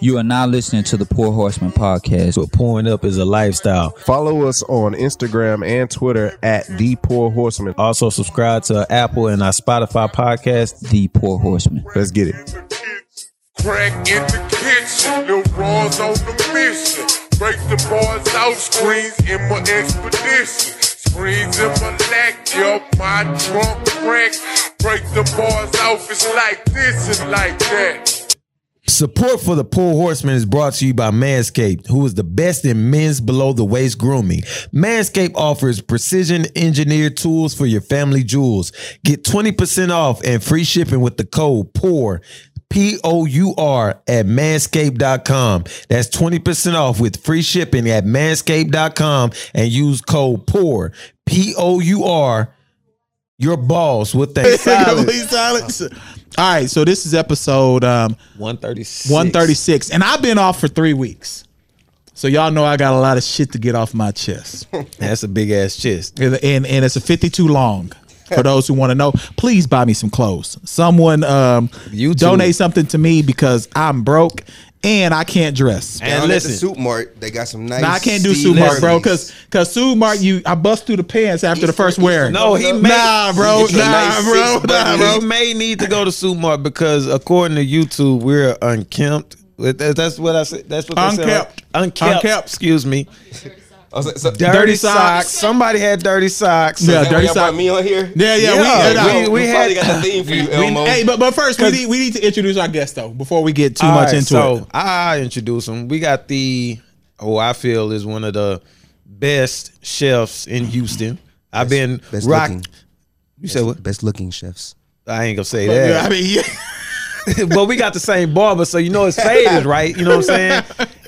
You are now listening to the Poor Horseman podcast. But pouring up is a lifestyle. Follow us on Instagram and Twitter at The Poor Horseman. Also, subscribe to our Apple and our Spotify podcast. The Poor Horseman. Let's get it. Crack in the kitchen, Lil Raw's on the mission. Break the bars out, screens in my expedition. Screens in my lack, yo, my drunk crack. Break the bars out, it's like this and like that. Support for the Poor Horseman is brought to you by Manscaped, who is the best in men's below the waist grooming. Manscaped offers precision engineered tools for your family jewels. Get 20% off and free shipping with the code POUR, P O U R, at manscaped.com. That's 20% off with free shipping at manscaped.com and use code POUR, P O U R, your balls with that silence. Complete silence. All right, so this is episode um, 136. 136, and I've been off for three weeks. So y'all know I got a lot of shit to get off my chest, and That's a big ass chest. and, and it's a 52 long. For those who want to know, please buy me some clothes. Someone um, You too. donate something to me because I'm broke and I can't dress. And Down listen. at the soup mart, they got some nice. Now I can't do Steve suit mark, bro, Harveys. because because suit mark you I bust through the pants after the first wear. No, he made- nah, bro, It's a nah, nice bro, six-button. nah, bro. You may need to go to Sumar because according to YouTube, we're unkempt. That- That's what I said. That's what they said. Unkempt. right? Unkempt. Unkempt. Excuse me. I was like, so, Dirty, Dirty socks. socks. Somebody had dirty socks. Yeah, that why dirty y'all sock- brought me on here. Yeah, Yeah, yeah, we, no, we- no. we probably had- got the theme for you, We- Elmo. hey, but but first we need we need to introduce our guest though before we get too All much right, into so it. I introduce him. We got the who I feel is one of the best chefs in Houston. I've been best rock. looking. You said what? Best looking chefs. I ain't gonna say Yeah, that. I mean, yeah. but we got the same barber, so you know his fade is right. You know what I'm saying?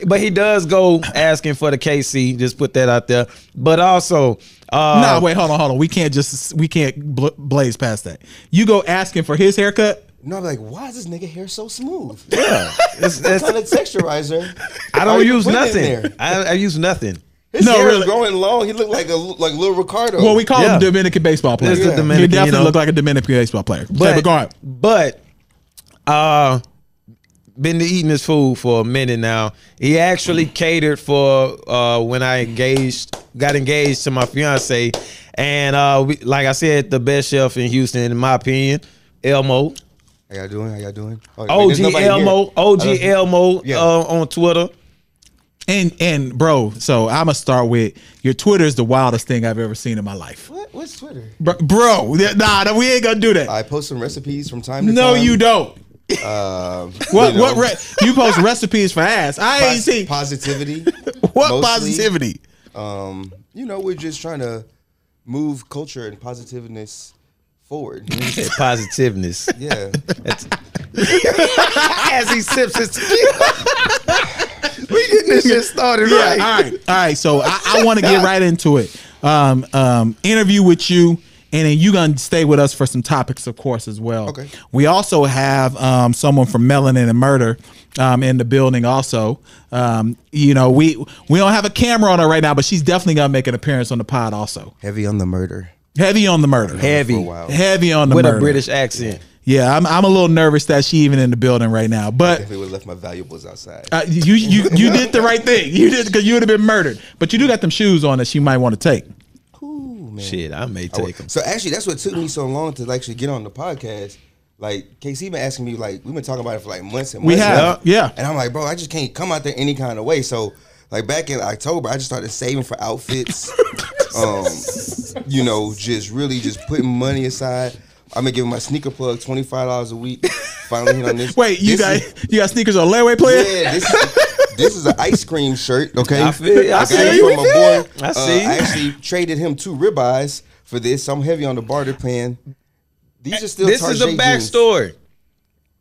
But he does go asking for the KC. Just put that out there. But also, uh, nah, wait, hold on, hold on. We can't just we can't bl- blaze past that. You go asking for his haircut. No, I'm like, why is this nigga hair so smooth? yeah, it's- What it's- kind of texturizer? I are don't you use putting in nothing. there? I, I use nothing. His No, hair really. is growing long. He looked like a like little Ricardo. Well, we call Yeah. him Dominican baseball player. It's the Yeah. Dominican, you you definitely know. look like a Dominican baseball player. Okay, But but go on. but uh, been eating his food for a minute now. He actually catered for uh when I engaged, got engaged to my fiance, and uh, we, like I said, the best chef in Houston, in my opinion, Elmo. how y'all doing? How y'all doing? Oh, wait, OG there's nobody here. Elmo, OG I don't- Elmo Yeah. uh, on Twitter. And and bro, so I'ma start with your Twitter is the wildest thing I've ever seen in my life. What? What's Twitter? Bro, bro yeah, nah, nah, we ain't gonna do that. I post some recipes from time to no, time. you don't. Um, What you know, what re- you post recipes for ass? I ain't pos- seen positivity? what mostly. positivity. um, you know, we're just trying to move culture and positiveness forward. Positiveness. yeah. As he sips his we getting this shit started Yeah, all right, all right. So I, I want to get right into it. Um, um, interview with you, and then you gonna stay with us for some topics, of course, as well. Okay. We also have um, someone from Melanin and Murder um, in the building. Also, um, you know, we we don't have a camera on her right now, but she's definitely gonna make an appearance on the pod. Also, Heavy on the murder. heavy on the murder. Heavy. For a while. Heavy on the With murder. a British accent. Yeah, I'm, I'm a little nervous that she even in the building right now, but Definitely would have left my valuables outside. Uh, you you you did the right thing. You did because you would have been murdered. But you do got them shoes on that she might want to take. Ooh, man. Shit, I may I would- take him. So actually, that's what took me so long to actually get on the podcast. Like KC been asking me, like we've been talking about it for like months and We months. have, now. yeah. And I'm like, bro, I just can't come out there any kind of way. So like back in October, I just started saving for outfits. um, you know, just really just putting money aside. I've been giving my sneaker plug twenty five dollars a week. Finally hit on this. Wait, you this got is- you got sneakers on layaway player? yeah, this is, this is an ice cream shirt. Okay, I feel- I got see it you. from my boy. I Uh, see. I actually traded him two ribeyes for this. I'm heavy on the barter plan. These are still This is the Tarjay jeans. backstory.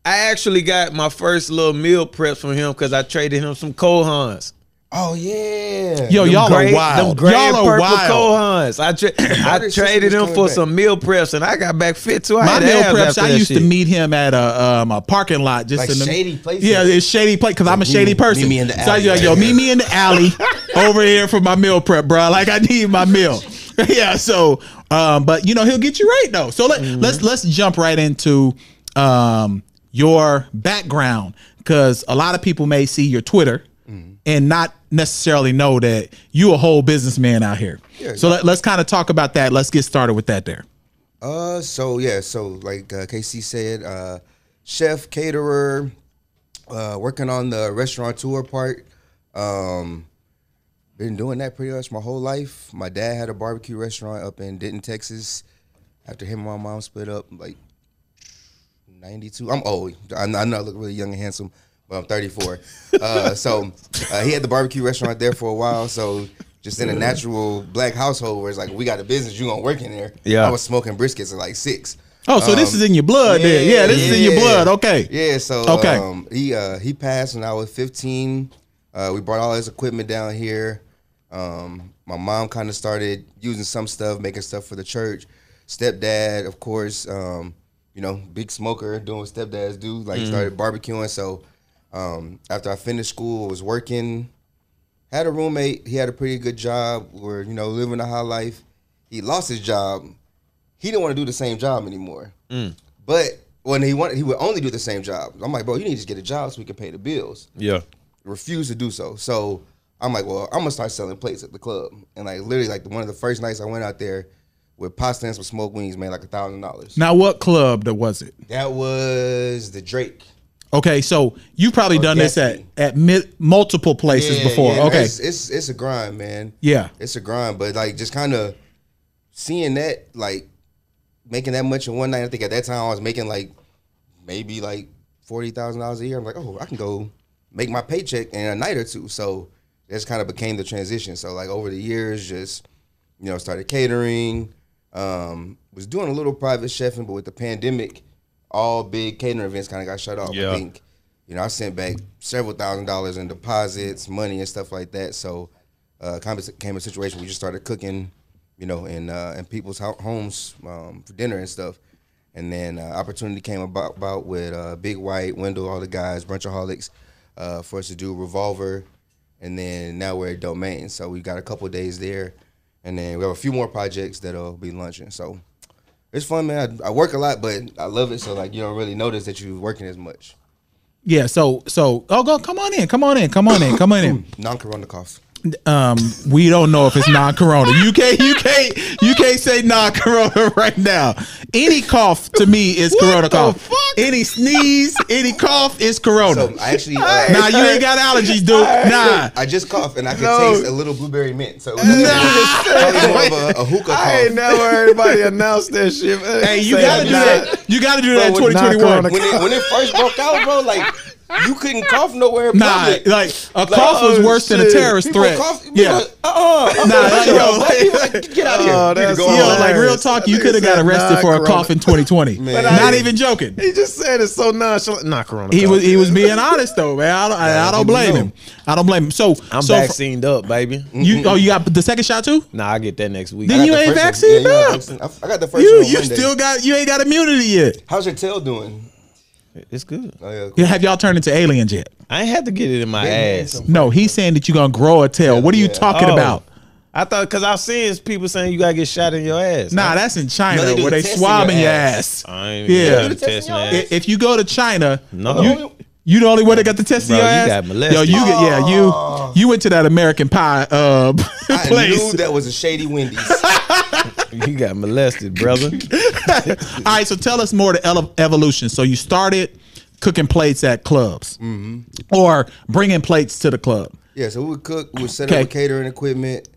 I actually got my first little meal prep from him because I traded him some Kohans. Oh yeah, Yo, Them Oh, y'all gray- are wild. Them gray Y'all are purple wild. Kohans. I, tra- I Brother, traded sister's him coming for back. some meal preps and I got back fit too. I My had meal abs preps. after I that used shit. to meet him at a um, a parking lot, just Like in the, shady places. Yeah, it's shady place because I'm a Like, meet shady me- person. meet me in the So I was alley like, yo, right meet here. me in the alley over here for my meal prep, bro. Like I need my meal. yeah. So, um, but you know he'll get you right though. Mm-hmm. So let let's let's jump right into um your background because a lot of people may see your Twitter Mm-hmm. and not necessarily know that you a whole businessman out here. so let, let's kind of talk about that. Let's get started with that there. Uh, so yeah, so like uh, KC said, uh, chef, caterer, uh, working on the restaurateur part. Um, been doing that pretty much my whole life. My dad had a barbecue restaurant up in Denton, Texas. After him and my mom split up, like ninety-two. I'm old. I, I know I look really young and handsome, but I'm thirty-four. uh, so uh, he had the barbecue restaurant there for a while. So just in a natural black household where it's like we got a business, you gonna work in there. Yeah. I was smoking briskets at like six. Oh, so this is in your blood there. Yeah, this is in your yeah. blood. Okay. Yeah, so Okay. um, he uh, he passed when I was 15. Uh, we brought all his equipment down here. Um, my mom kind of started using some stuff, making stuff for the church. Stepdad, of course, um, you know, big smoker, doing what stepdads do, like Mm-hmm. started barbecuing. So um, after I finished school, was working had a roommate. He had a pretty good job. Were you know living a high life. He lost his job. He didn't want to do the same job anymore. But when he wanted, he would only do the same job. I'm like, bro, you need to just get a job so we can pay the bills. Yeah. Refused to do so. So I'm like, well, I'm gonna start selling plates at the club. And like literally, like one of the first nights I went out there with pasta and some smoked wings, made like a thousand dollars. Now, what club that was it? That was the Drake. Okay, so you probably done this at Gatsby. at mi- multiple places before. yeah, okay, it's, it's it's a grind, man. yeah. it's a grind, but like just kind of seeing that, like making that much in one night. I think at that time I was making like maybe like forty thousand dollars a year. I'm like, oh, I can go make my paycheck in a night or two. So that's kind of became the transition. So like over the years, just you know, started catering. Um, was doing a little private chefing, but with the pandemic, all big catering events kind of got shut off. Yeah. I think you know I sent back several thousand dollars in deposits, money, and stuff like that. So uh, kind of came a situation where we just started cooking, you know, in uh, in people's ho- homes um, for dinner and stuff. And then uh, opportunity came about, about with uh, Big White, Wendell, all the guys, Brunchaholics, uh, for us to do Revolver, and then now we're at Domain. So we got a couple days there, and then we have a few more projects that'll be launching. So it's fun, man. I, I work a lot, but I love it. So like you don't really notice that you're working as much. Yeah, so so oh go come on in, come on in, come on in, come on in. Non-corona cough. Um we don't know if it's non corona. You can't you can't you can't say non corona right now. Any cough to me is corona cough. Any sneeze, any cough is corona. So I actually. Uh, nah, you ain't got allergies, dude. Nah. I just coughed and I could taste a little blueberry mint. So probably more of a, a hookah cough. I ain't never heard anybody announce that shit. Hey, you gotta do that. You gotta do that in Bro, with twenty twenty one. non-corona when it when it first broke out, bro, like you couldn't cough nowhere. in Nah, public. like a cough was oh, worse than a shit. terrorist People threat. cough- people yeah. like, uh-uh, uh-uh. Nah, like, yo, black people, like, get out of here. Uh, Oh, You need to that's go Yo, Oh, home. like hilarious. real talk, you That could have nigga got said arrested non- for a corona. cough in 2020. Not even joking. He just said it so nonchalant. Not corona. He cough. was he was being honest though, man. I don't, I, I don't blame him. I don't blame him. So I'm so fr- vaccined up, baby. you oh you got the second shot too? Nah, I get that next week. Then I got you the ain't first one. vaccinated Yeah, you ain't up. vaccinated. I f- I got the first You one on you Monday. still got you ain't got immunity yet. How's your tail doing? It's good. Oh, yeah, Yeah, Have y'all turned into aliens yet? I ain't had to get it in my ass. No, he's saying that you're gonna grow a tail. What are you Yeah. talking Oh. about? I thought because I've seen people saying you gotta get shot in your ass. Nah, that's in China No, they do where the they test in swabbing your your ass. ass. I ain't Yeah. even You yeah. testing testing your your ass? ass. I- If you go to China, No. you, you the only one that got the test in Bro, your you ass. got Yo, molested. you get yeah, you you went to that American Pie uh I place. knew that was a shady Wendy's. You got molested, brother. All right, so tell us more to ele- evolution. So you started cooking plates at clubs, or bringing plates to the club. Yeah, so we would cook, we would set Okay. up with catering equipment,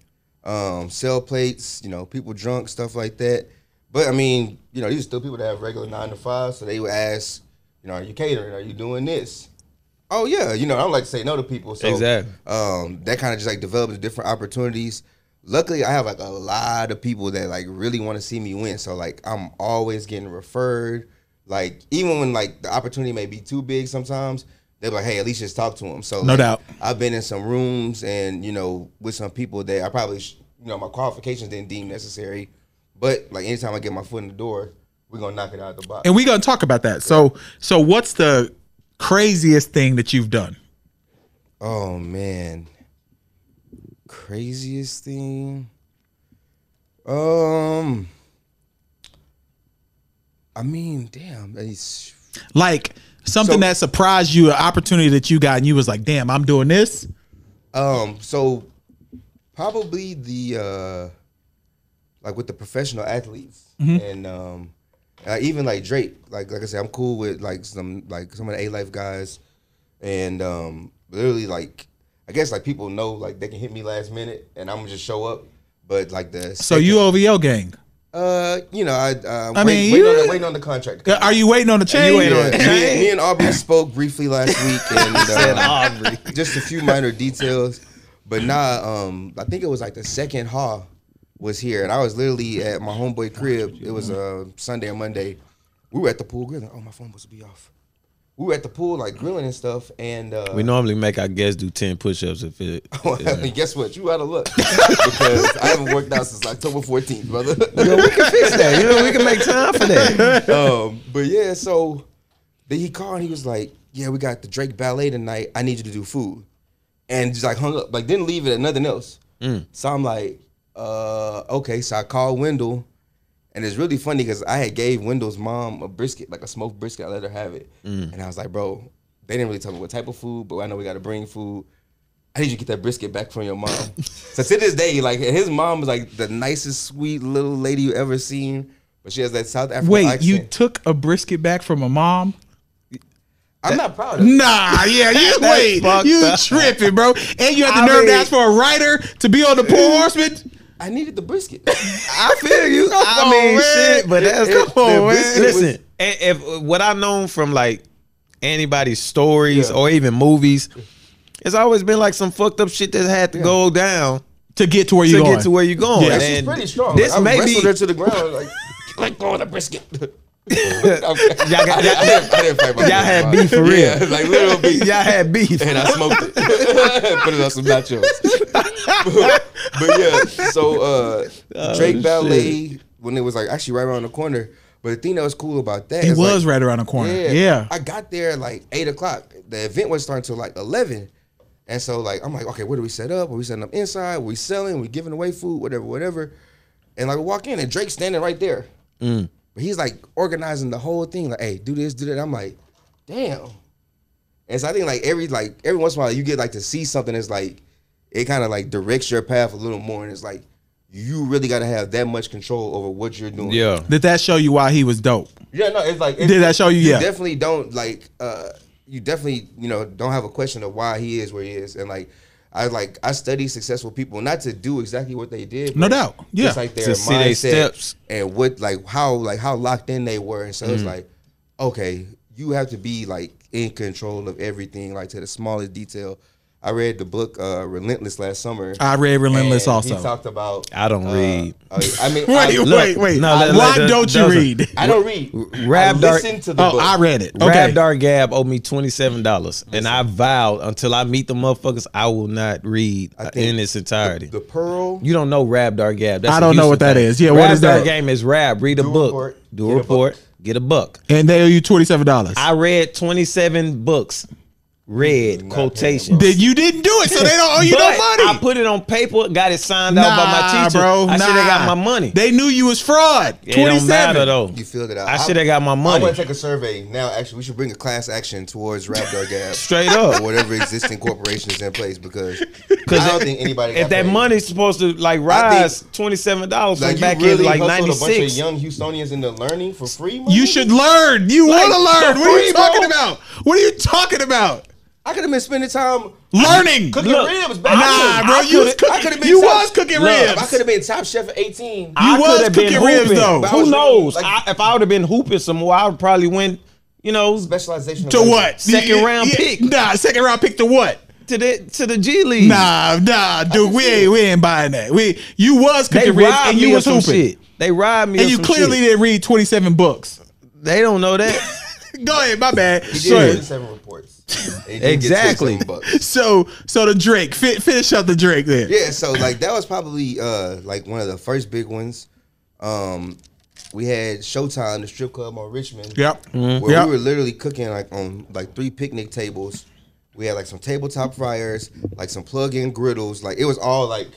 um, sell plates, you know, people drunk, stuff like that. But I mean, you know, these are still people that have regular nine to five, so they would ask, you know, are you catering? Are you doing this? Oh yeah, you know, I don't like to say no to people. So Exactly. um, that kind of just like develops different opportunities. Luckily, I have like a lot of people that like really want to see me win. So like I'm always getting referred. Like even when like the opportunity may be too big, sometimes they're like, "Hey, at least just talk to them." So No like, doubt. I've been in some rooms and you know with some people that I probably sh- you know my qualifications didn't deem necessary, but like anytime I get my foot in the door, we're gonna knock it out of the box. And we're gonna talk about that. So, so what's the craziest thing that you've done? Oh man. Craziest thing. Um I mean, damn, it's Like, Something So- that surprised you, an opportunity that you got, and you was like, "Damn, I'm doing this." Um, so probably the uh like with the professional athletes Mm-hmm. and um uh, even like Drake, like like I said, I'm cool with like some like some of the A Life guys and um literally like I guess like people know like they can hit me last minute and I'm gonna just show up. But like the So you OVO gang. uh you know I uh, I I mean, mean waiting, you- on the, waiting on the contract. to come. Are you waiting on the chain? waiting on Yeah, me, me and Aubrey spoke briefly last week, and uh, Aubrey. just a few minor details. But nah, um, I think it was like the second haul was here, and I was literally at my homeboy crib. It was uh, Sunday and Monday. We were at the pool grilling. Oh, my phone must be off. We were at the pool like grilling and stuff, and uh, We normally make our guests do ten push-ups if it. and guess what? You out of luck because I haven't worked out since October 14th, brother. we can fix that. you know, we can make time for that. um, but yeah, so then he called and he was like, "Yeah, we got the Drake ballet tonight. I need you to do food," and just like hung up, like didn't leave it at nothing else. Mm. So I'm like, uh, "Okay." So I called Wendell, and it's really funny because I had gave Wendell's mom a brisket, like a smoked brisket. I let her have it, Mm. and I was like, "Bro, they didn't really tell me what type of food, but I know we got to bring food." I need you to get that brisket back from your mom. so to this day, like his mom is like the nicest, sweet little lady you ever seen, but she has that South African Wait, accent. you took a brisket back from a mom? I'm not proud of it. Nah, yeah, you wait, fucked you up. tripping, bro? And you had the I nerve to mean- ask for a writer to be on the poor horseman? I needed the brisket. I feel you. I on, mean, man. shit, but that's Come on, the man. brisket was- Listen, a- if what I known from like anybody's stories Yeah. or even movies, it's always been like some fucked up shit that had to go down To get to where to you going? get to where you're going. Yeah. She's And pretty strong. This like, I may wrestled be her to the ground. Like, let go of the brisket. y'all got- I, didn't, I, didn't, I didn't fight my Y'all had beef for Yeah, like little beef. y'all had beef. and I smoked it. Put it on some nachos. but, but yeah, so uh, Oh, Drake Ballet when it was like actually right around the corner. But the thing that was cool about that It is, was like, right around the corner. Yeah. I got there at like eight o'clock. The event was starting till like eleven. And so like I'm like, okay, what do we set up? Are we setting up inside? we selling? we giving away food, whatever, whatever. And like we walk in and Drake's standing right there. Mm. But he's like organizing the whole thing, like, hey, do this, do that. I'm like, damn. And so I think like every like every once in a while you get like to see something that's like it kind of like directs your path a little more. And it's like you really gotta have that much control over what you're doing. Yeah. Did that show you why he was dope? Yeah, no, it's like it's, Did that show you? you Yeah. definitely don't like uh you definitely you know don't have a question of why he is where he is and like i like i study successful people not to do exactly what they did No but doubt. Yeah. just like their To see they mindset steps. Mm. and what like how like how locked in they were and so it's like okay you have to be like in control of everything like to the smallest detail i read the book uh relentless last summer I read Relentless and also. he talked about I don't uh, read. uh, i mean Wait, I, wait, wait. no, that- Why that- don't you doesn't- read? I don't read Rab i Dark- listen to the Oh, book I read it. Okay. Rabdar Gab owed me twenty seven dollars, and I vowed until I meet the motherfuckers, I will not read I think in its entirety. the pearl you don't know Rabdar Gab. That's I a don't Houston know what that thing. is. Yeah, what is Rab Dar that? Game is Rab. Read a Do a book, report, do get a a report, get a book. And they owe you twenty seven dollars. I read twenty seven books. Read quotation. Then you didn't do it, so they don't owe you no But I money. put it on paper, got it signed out by my Nah, teacher. bro. I should nah. have got my money. They knew you was fraud. it Twenty don't matter seven. though. You filled it out. I should have got my I money. want to take a survey now. Actually, we should bring a class action towards Rapdar Gas Straight or up. whatever existing corporation is in place because I don't think anybody. If got that paid. money's supposed to like think- rise twenty seven dollars from like you back really in like hustled ninety a bunch of six. young Houstonians into learning for free. my You nigga? should learn. You want to learn. What are you bro. talking about? What are you talking about? I could have been spending time Learning. cooking Look, ribs. Nah, Back then. bro. I You was coulda- I coulda cooking. been You top- was cooking Look, ribs. I could have been top chef at eighteen. You was coulda been cooking ribs, hooping. though. I was Who knows? really, I, like- if I would have been hooping some more, I would probably win. You know, Specialization of To labor. what? Second Yeah, round yeah, pick. Nah, second round pick to what? to the to the G League. Nah, nah, dude, we see ain't we ain't buying that. We you was they cooking ribs robbed and me you was of some hooping, shit. They robbed me. and of you some clearly shit. didn't read twenty seven books. they don't know that. Go ahead, my bad. He So- did twenty-seven reports. He did get Exactly. 27 bucks. So so the Drake fi- finish up the Drake there. yeah so like that was probably uh like one of the first big ones um we had showtime the strip club on richmond Yep. where Yep. we were literally cooking like on like three picnic tables we had like some tabletop fryers like some plug-in griddles like it was all like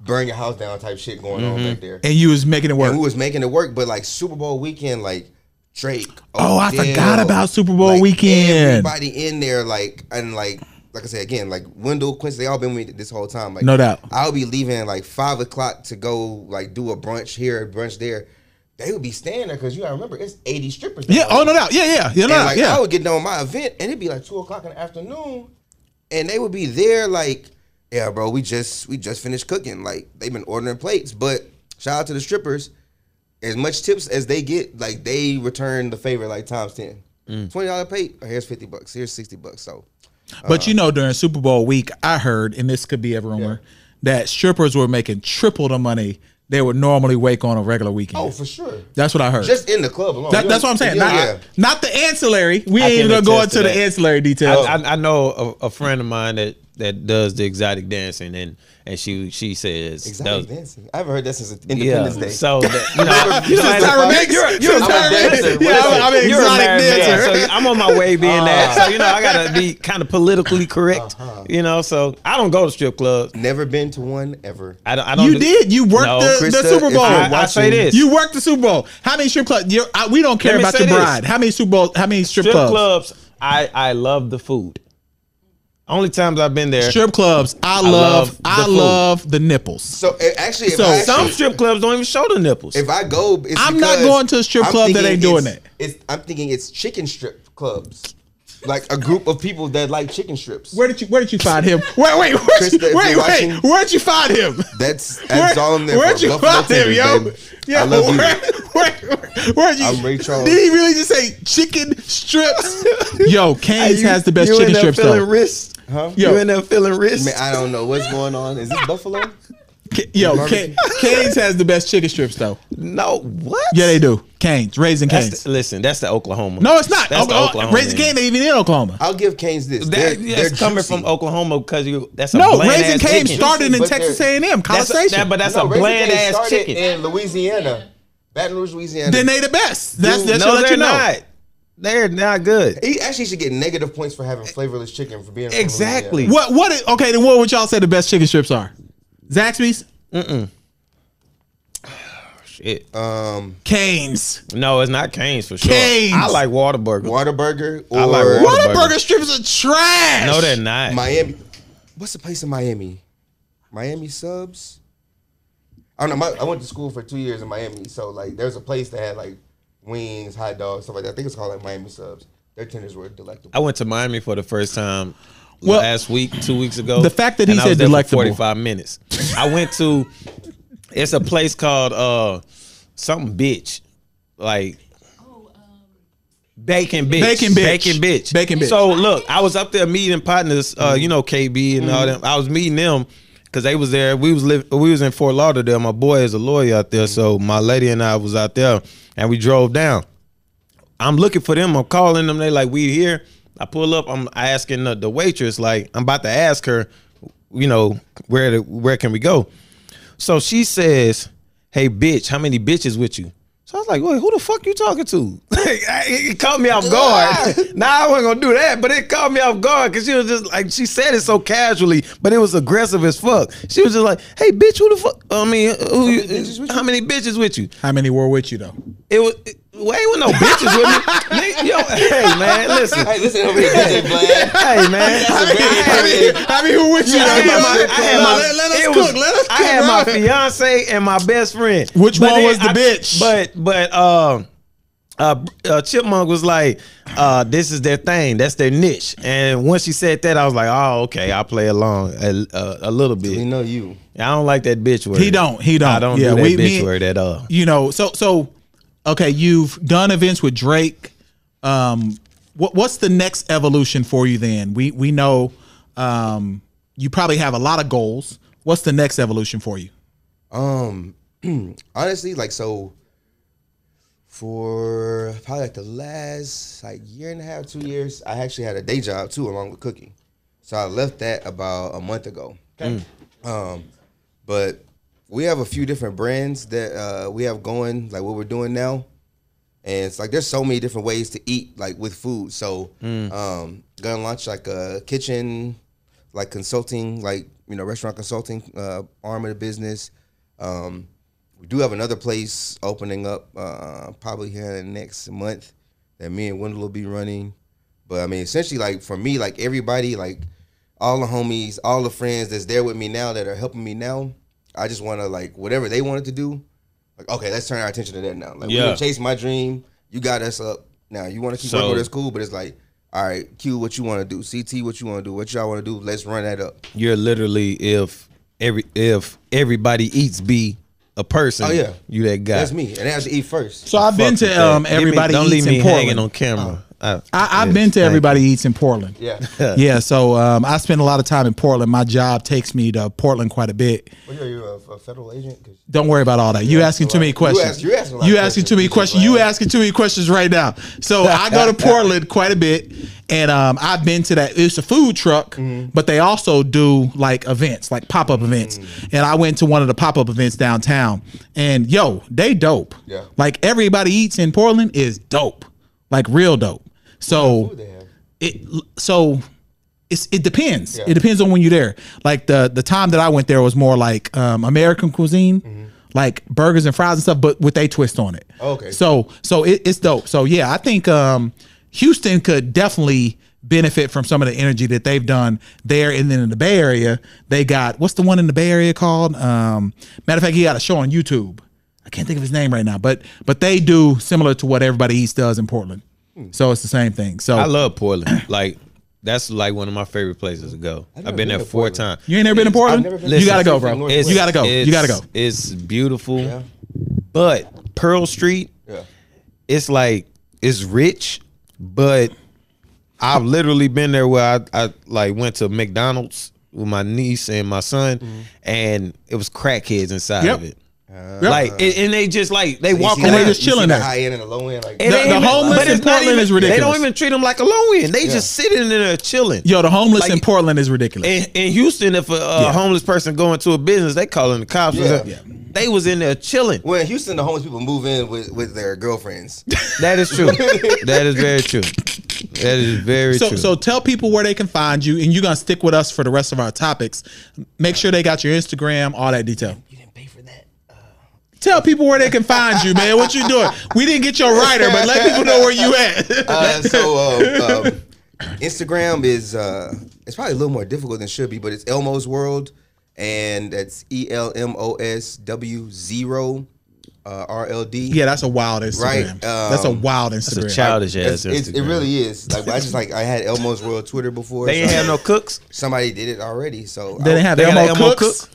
burn your house down type shit going on back there And you was making it and we work. was making it work but like super bowl weekend like Drake. Oh, I forgot Adele, about Super Bowl like, weekend. Everybody in there, like and like, like I said again, like Wendell Quincy, they all been with me this whole time. Like, No doubt. I'll be leaving at like five o'clock to go like do a brunch here, a brunch there. They would be staying there because you gotta remember it's eighty strippers. Yeah. there. Oh no doubt. Yeah. Yeah. Yeah. No And doubt. like I yeah. would get done with my event, and it'd be like two o'clock in the afternoon, and they would be there like, yeah, bro, we just we just finished cooking. Like they've been ordering plates, but shout out to the strippers. As much tips as they get, like they return the favor like times ten. Mm. Twenty dollar plate. oh, here's fifty bucks. Here's sixty bucks. So But you know, during Super Bowl week, I heard, and this could be a rumor, that strippers were making triple the money they would normally wake on a regular weekend. oh, for sure, That's what I heard. just in the club alone. That- You that's know- what I'm saying. Yeah, Not, yeah. not the ancillary. We ain't can even gonna go attest to into the that. ancillary details. I, I, I know a, a friend of mine that that does the exotic dancing, and and she she says Exactly. those- dancing. I haven't heard that since Yeah. Independence Day. So that, you know, You said Tyra Banks? You I'm said a Tyra Banks? dancer. Yeah, Listen, I'm an you're a exotic married man, dancer. Ah. so I'm on my way being that. So you know, I gotta be kind of politically correct. Uh-huh. You know, so I don't go to strip clubs. Never been to one ever. I don't. I don't you do- did. You worked No, the, the Krista, Super if Bowl. I- I say this. You worked the Super Bowl. How many strip clubs? You're, I, we don't care Let me about say this. the bride. How many Super Bowl? How many strip, Strip clubs? clubs. I I love the food. Only times I've been there. Strip clubs. I love. love the I food. love the nipples. So eh, actually, if So- I actually, Some strip clubs don't even show the nipples. If I go, it's I'm not because going to a strip I'm club that thinking ain't doing it's- that. It's, I'm thinking it's chicken strip clubs, like a group of people that like chicken strips. Where did you Where did you find him? Wait, wait, where Krista, if wait, you're wait. watching- Where'd you find him? that's that's all I'm there for. Where'd you Buffalo find him, tenders, yo? baby. Yeah, I love you. where, where, where, where'd you? I'm Ray Charles. Did he really just say chicken strips? yo, Canes has the best you chicken in there strips feeling though. wrist? Huh? Yo. You in there feeling wrist? Man, I don't know what's going on. Is this Buffalo? Ca- Yo, Barbecue. Ca- Canes has the best chicken strips though. no. What? Yeah, they do. Canes, Raising That's Canes. the, listen, that's the Oklahoma. no, it's not. That's Oh, the oh, Oklahoma. Raising Canes ain't even in Oklahoma. I'll give Canes this. That, they're, that's they're coming juicy. from Oklahoma because you. That's a No, bland Raising ass Canes chicken. started in But Texas they're- A&M. That's Conversation. a, that, but that's No, a Raising bland Cane's ass started chicken. in Louisiana, Baton Rouge, Louisiana. then they the best. That's Dude, that should let they're you know. Not. They're not good. he actually should get negative points for having flavorless chicken for being from Exactly. Louisiana. What what? Is, okay, then what would y'all say the best chicken strips are? Zaxby's, Shit. Um, Canes. No, it's not Canes for sure. Canes. I like Waterburger. Waterburger or I like Whataburger. Whataburger strips are trash. No, they're not. Miami. What's the place in Miami? Miami subs. I don't know. My, I went to school for two years in Miami, so like there's a place that had like wings, hot dogs, stuff like that. I think it's called like Miami subs. Their tenders were delectable. I went to Miami for the first time Well, last week, two weeks ago. the fact that he and I said was there for delectable. forty-five minutes. I went to. It's a place called uh something bitch, like bacon bitch, Bacon Bitch. bacon bitch, Bacon Bitch. So look, I was up there meeting partners. Uh, you know KB and all Mm-hmm. them. I was meeting them. Cause they was there, we was live, we was in Fort Lauderdale. My boy is a lawyer out there, so my lady and I was out there, and we drove down. I'm looking for them. I'm calling them. They like, we here. I pull up. I'm asking the, the waitress. Like, I'm about to ask her. You know, where to, where can we go? So she says, "Hey, bitch, how many bitches with you?" So I was like, "Wait, who the fuck you talking to?" it caught me off guard. nah, I wasn't gonna do that, but it caught me off guard because she was just like, she said it so casually, but it was aggressive as fuck. She was just like, "Hey, bitch, who the fuck? I mean, who you, how many bitches with you?" How many were with you though? It was it, well, ain't with no bitches with me. Nigga, Yo, hey man, listen. Hey, listen over here, DJ Vlad. Hey man, I mean, I mean, who with you? I had my- though? You know, I had let- my- let, let us it cook. was- let us cook. I had my bro. fiance and my best friend. Which one was the I- bitch? But but um. Uh, uh, Chipmunk was like, uh, "This is their thing. That's their niche." And once she said that, I was like, "Oh, okay. I'll play along a, a, a little We bit." know you. I don't like that bitch word. He don't. He don't. I don't Yeah, do that we- bitch me- word at all. You know, so so okay. You've done events with Drake. Um, what what's the next evolution for you? Then we we know um, you probably have a lot of goals. What's the next evolution for you? Um, honestly, like so, for probably like the last like year and a half, two years, I actually had a day job too, along with cooking. So I left that about a month ago. Um, but we have a few different brands that uh, we have going, like what we're doing now. And it's like there's so many different ways to eat, like with food. So, um, gonna launch like a kitchen, like consulting, like you know, restaurant consulting uh, arm of the business. Um, we do have another place opening up uh, probably here in the next month. that me and Wendell will be running. But I mean, essentially, like for me, like everybody, like all the homies, all the friends that's there with me now that are helping me now, I just want to like whatever they wanted to do. Like, okay, let's turn our attention to that now. Like, Yeah. we done chased my dream. You got us up. Now you want to keep So- working with us, cool. But it's like, all right, Q, what you want to do? CT, what you want to do? What y'all want to do? Let's run that up. You're literally if every if everybody eats be a person. Oh, yeah. you that guy. That's me, and that's eat first. So I've been Fuck with to that. um, Give me- everybody don't eats leave me in hanging Portland. on camera. I, I've been to everybody eats in Portland. Yeah. yeah. So um, I spend a lot of time in Portland. My job takes me to Portland quite a bit. Well, you're, you're a, a federal agent. 'Cause- Don't worry about all that. You asking too many questions. ask- you asking a lot of You asking too many questions. questions. You asking too many questions right now. So I go to Portland quite a bit, and um, I've been to that. It's a food truck, Mm-hmm. but they also do like events, like pop up events. Mm. And I went to one of the pop up events downtown, and yo, they dope. Yeah. Like everybody eats in Portland is dope, like real dope. So They have- it so it's it depends. It depends on when you're there. Like the the time that I went there was more like um, American cuisine, like burgers and fries and stuff, but with a twist on it. Okay. So so it, it's dope. So yeah, I think um, Houston could definitely benefit from some of the energy that they've done there and then in the Bay Area. They got what's the one in the Bay Area called? Um, matter of fact, he got a show on YouTube. I can't think of his name right now, but but they do similar to what everybody eats does in Portland. So it's the same thing. So I love Portland. Like that's like one of my favorite places to go. I've been there four times. You ain't never been to Portland? never been you to gotta go, Pacific bro. Northwest. You gotta go. You gotta go. it's- It's beautiful, but Pearl Street, Yeah. it's like it's rich, but I've literally been there where I, I like went to McDonald's with my niece and my son, and it was crackheads inside Yep. of it. Like and- and they just like they walk You see around. they the- just you see chilling the there. High end and the low end, like It The- ain't the even- homeless but in it's not Portland even- is They ridiculous. don't even treat them like a low end. They just sitting in there chilling. Yo, the homeless Like- in Portland is ridiculous. in, in Houston, if a, a homeless person go into a business, they calling the cops. Yeah. They was in there chilling. Well, in Houston, the homeless people move in with, with their girlfriends. That is true. that is very true. That is very so true. so tell people where they can find you and you're gonna stick with us for the rest of our topics. Make sure they got your Instagram, all that detail. you didn't pay for that. Tell people where they can find you, man. What you doing? We didn't get your writer, but let people know where you at. Uh, so um, um, Instagram is uh, it's probably a little more difficult than it should be, but it's Elmo's World, and that's E L M O S W zero uh, R L D. yeah, that's a wild Instagram. Right, that's a um, wild Instagram. a childish ass. It's, it's, it Instagram. really is. Like I just like I had Elmo's World Twitter before. They ain't so have no cooks, somebody did it already, so They didn't I, have They got Elmo, an Elmo Cooks, Cook?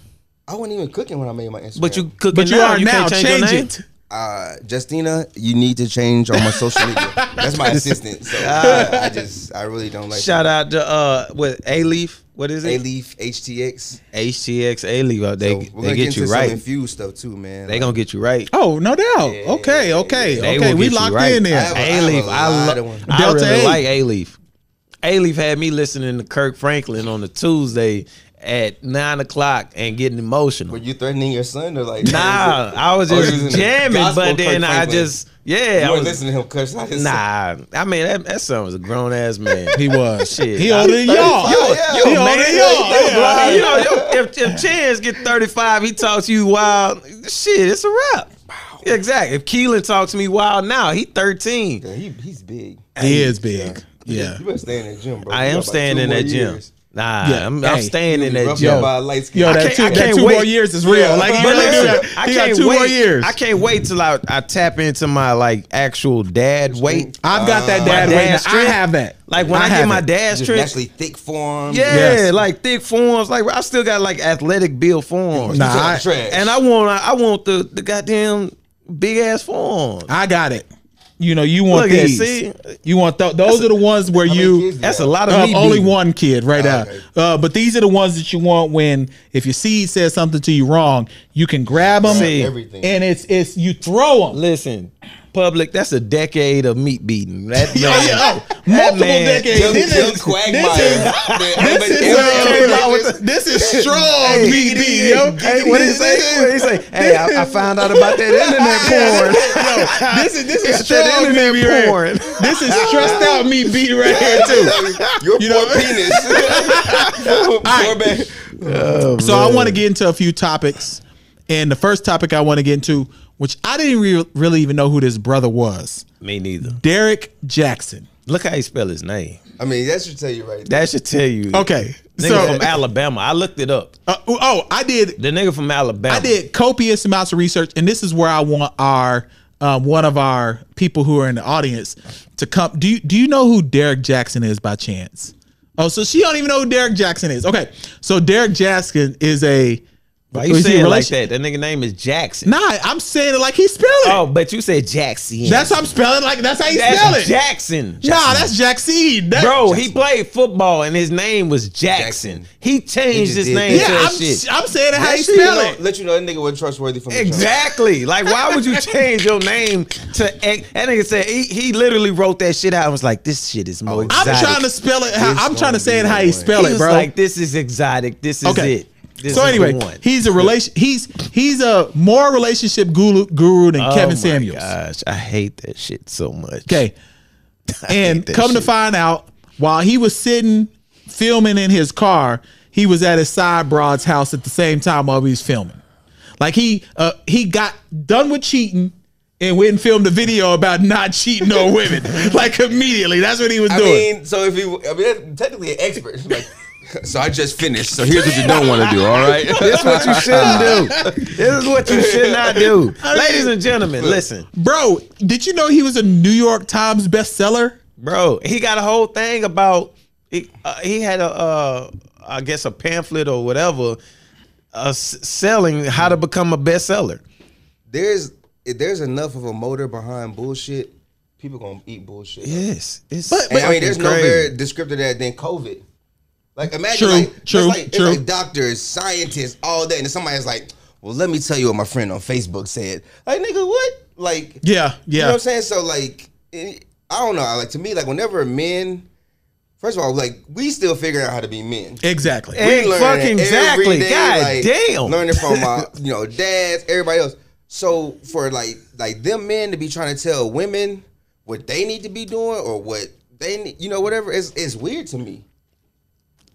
I wasn't even cooking when I made my Instagram. but you cooking but you now. are now. can't change, your Change, name? it. Uh, Justina, you need to change all my social media. That's my assistant. So I, I just, I really don't like Ah. Shout out to uh, what A Leaf? What is A it? Leaf HTX. HTX A Leaf. uh, So They we're they gonna get you into Some right. infused stuff too, man. They gonna get you right. Oh, no doubt. okay, okay, They okay. will We get you locked right. in I there. have- A Leaf. a I, lot lo- of ones. I Delta really A. like A Leaf. A Leaf had me listening to Kirk Franklin on the Tuesday at nine o'clock and getting emotional. Were you threatening your son or like? Nah, I was Oh, just you was in the jamming, gospel but then Kirk I Franklin. just yeah, You I weren't was, listening to him cuss out his son. nah. I mean that that son was a grown ass man. He was. Shit. He older than y'all. yeah. he Man, older than like, y'all. Yeah. you know, if, if- if Chance get thirty five, he talks to you wild. Shit, it's a wrap. Exactly. If Keelan talks to me wild now, he thirteen. Yeah, he, he's big. He is big. Yeah. You better stay in that gym, bro. I You am got about staying two in more that gym. years. Nah, Yeah. I'm, I'm Hey. staying in You'll be that rubbed gym. up by a light skin. Yo, I that can't- two, I that can't two wait. more years is real. Like, he But really do listen, that. I He got can't two wait. more years. I can't wait till I, I tap into my like actual dad weight. I've got that Uh, dad my weight. now. dad's I strength. have that. Like when I, have get my it. dad's just trick. naturally thick form. Yeah, Yes. like thick forms. Like I still got like athletic build forms. Nah, I- trash. and I want I want the the goddamn big ass forms. I got it. You know, you want Look at- these. see? You want th- those are the ones where many you. kids do That's Yeah. a lot of Uh, me. Ah, only beating. one kid right now. okay. Uh, but these are the ones that you want when if your seed says something to you wrong, you can grab them See. Everything. and it's it's you throw them. Listen, public. That's a decade of meat beating. That Yeah, man- yeah, oh, that multiple man- decades. Young, This young is- Quagmire. This is, uh, this is strong BD, yo. Hey, what he This- say? What he say? Hey, I, I found out about that internet porn. Yo, this is this is Got that strong internet meat right here. porn. This is stressed out meat beat right here too. Your You you know- poor penis. Poor man. So I want to get into a few topics, and the first topic I want to get into which I didn't re- really even know who this brother was. Me neither. Derek Jackson. Look how he spell his name. I mean, that should tell you right there. That should tell you. Okay. Nigga So, from Alabama. I looked it up. uh, oh, I did The nigga from Alabama. I did copious amounts of research, and this is where I want our um, one of our people who are in the audience to come. Do you do you know who Derek Jackson is by chance? Oh, so she don't even know who Derek Jackson is. Okay, so Derek Jackson is a. Why you is he saying it a like relation- that? That nigga name is Jackson. Nah, I'm saying it like he's spelling. it. Oh, but you said Jackson. That's how I'm spelling. Like that's how you That's spell it. Jackson. Nah, that's Jackson. That- Bro, he played football and his name was Jackson. Jackson. He changed just his did name Yeah, to that I'm, shit. I'm saying it how That you should spell let- it. Let you know that nigga wasn't trustworthy from the jump. Exactly. Like, why would you change your name to X? That nigga said he, he literally wrote that shit out and was like, this shit is more Oh, I'm exotic. trying to spell it. How, It's I'm trying to gonna say it be how that you way. spell he it, was bro. like, this is exotic. This is Okay. it. This so is the anyway, one. he's a relation. He's he's a more relationship guru, guru than Oh Kevin my Samuels. Gosh, I hate that shit so much. Okay, and that come to shit. find out, while he was sitting filming in his car, he was at his side broad's house at the same time while he was filming. Like he uh, he got done with cheating. And went and filmed a video about not cheating on women, like immediately. That's what he was I doing. mean, so if he, I mean, that's technically an expert. Like, so I just finished. So here's what you don't want to do. All right. This is what you shouldn't do. This is what you should not do. Ladies and gentlemen, listen. Bro, did you know he was a New York Times bestseller? bro. He got a whole thing about he, uh, he had a uh, I guess a pamphlet or whatever uh, s- selling how to become a bestseller. there's if there's enough of a motor behind bullshit, people gonna eat bullshit. Yes, it's And I mean, there's no crazy. better descriptor that than COVID. Like imagine True, like, it's true, like, it's true. like doctors, scientists, all that, and somebody's like, "Well, let me tell you what my friend on Facebook said." Like, nigga, what? Like, Yeah, you know yeah. what I'm saying? So like, it, I don't know. Like to me, like whenever men, first of all, like we still figuring out how to be men. exactly. Eh, We learn Fucking it every exactly. day, God damn. Learning from my, you know, dads, everybody else. So for like, like them men to be trying to tell women what they need to be doing or what they, need, you know, whatever, it's it's weird to me.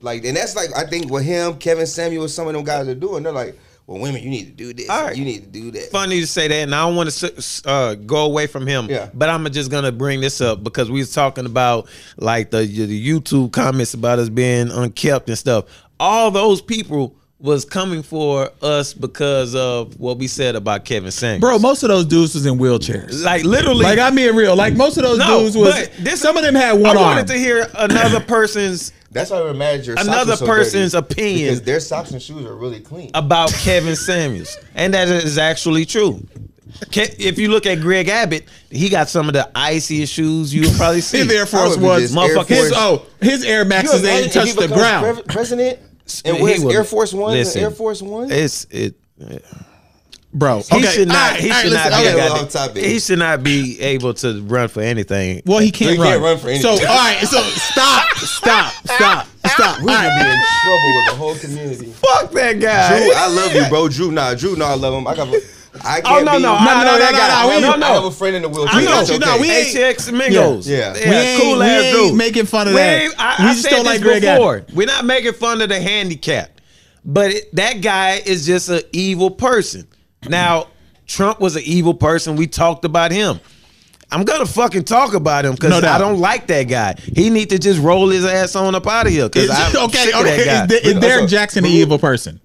Like, and that's like I think what him, Kevin Samuel, some of them guys are doing. They're like, well, women, you need to do this, All right. you need to do that. funny to say that, and I don't want to uh, go away from him. Yeah. But I'm just gonna bring this up because we was talking about like the the YouTube comments about us being unkept and stuff. All those people was coming for us because of what we said about Kevin Samuels. Bro, most of those dudes was in wheelchairs. like literally, Like I'm being real. Like most of those No, dudes was but this- some of them had one I arm. wanted to hear another person's That's why we're mad. at Your socks Another are so dirty, person's opinion. because their socks and shoes are really clean. about Kevin Samuels, and that is actually true. Ke- If you look at Greg Abbott, he got some of the iciest shoes you'll probably see. His Air I Force would be was just motherfucker. Air His Force. oh, his Air You Maxes they imagine ain't if he touched the becomes ground. pre- president and He wears would- Air Force Ones Listen. and Air Force Ones. It's it. Bro, He okay. should all not. right, he all right, should listen, not. okay. Be, okay. goddamn- Off topic. he should not be able to run for anything. Well, he can't, He run. can't run for So all anything. right, so stop, stop, stop, stop. All We would be right. in trouble with the whole community. Fuck that guy. Drew, I love you, bro. Drew, nah, Drew, nah, I love him. I got. I can't Oh, no, be, no, I I no, know no, that no, guy. no, we I know, know. have- I have a friend in the wheelchair. I know That's you, no, okay. we- ain't- HX Mingos. Yeah. Yeah, We ain't- cool we ass ain't dude. making fun of We that. ain't- I, We I just said don't this like Greg Abbott. before. We're not making fun of the handicap, but it, that guy is just an evil person. Now, Trump was an evil person. We talked about him. I'm gonna fucking talk about him because No doubt. I don't like that guy. He need to just roll his ass on up out of here. Because Is- Okay, okay. That guy. Is, is Derek Jackson an evil person?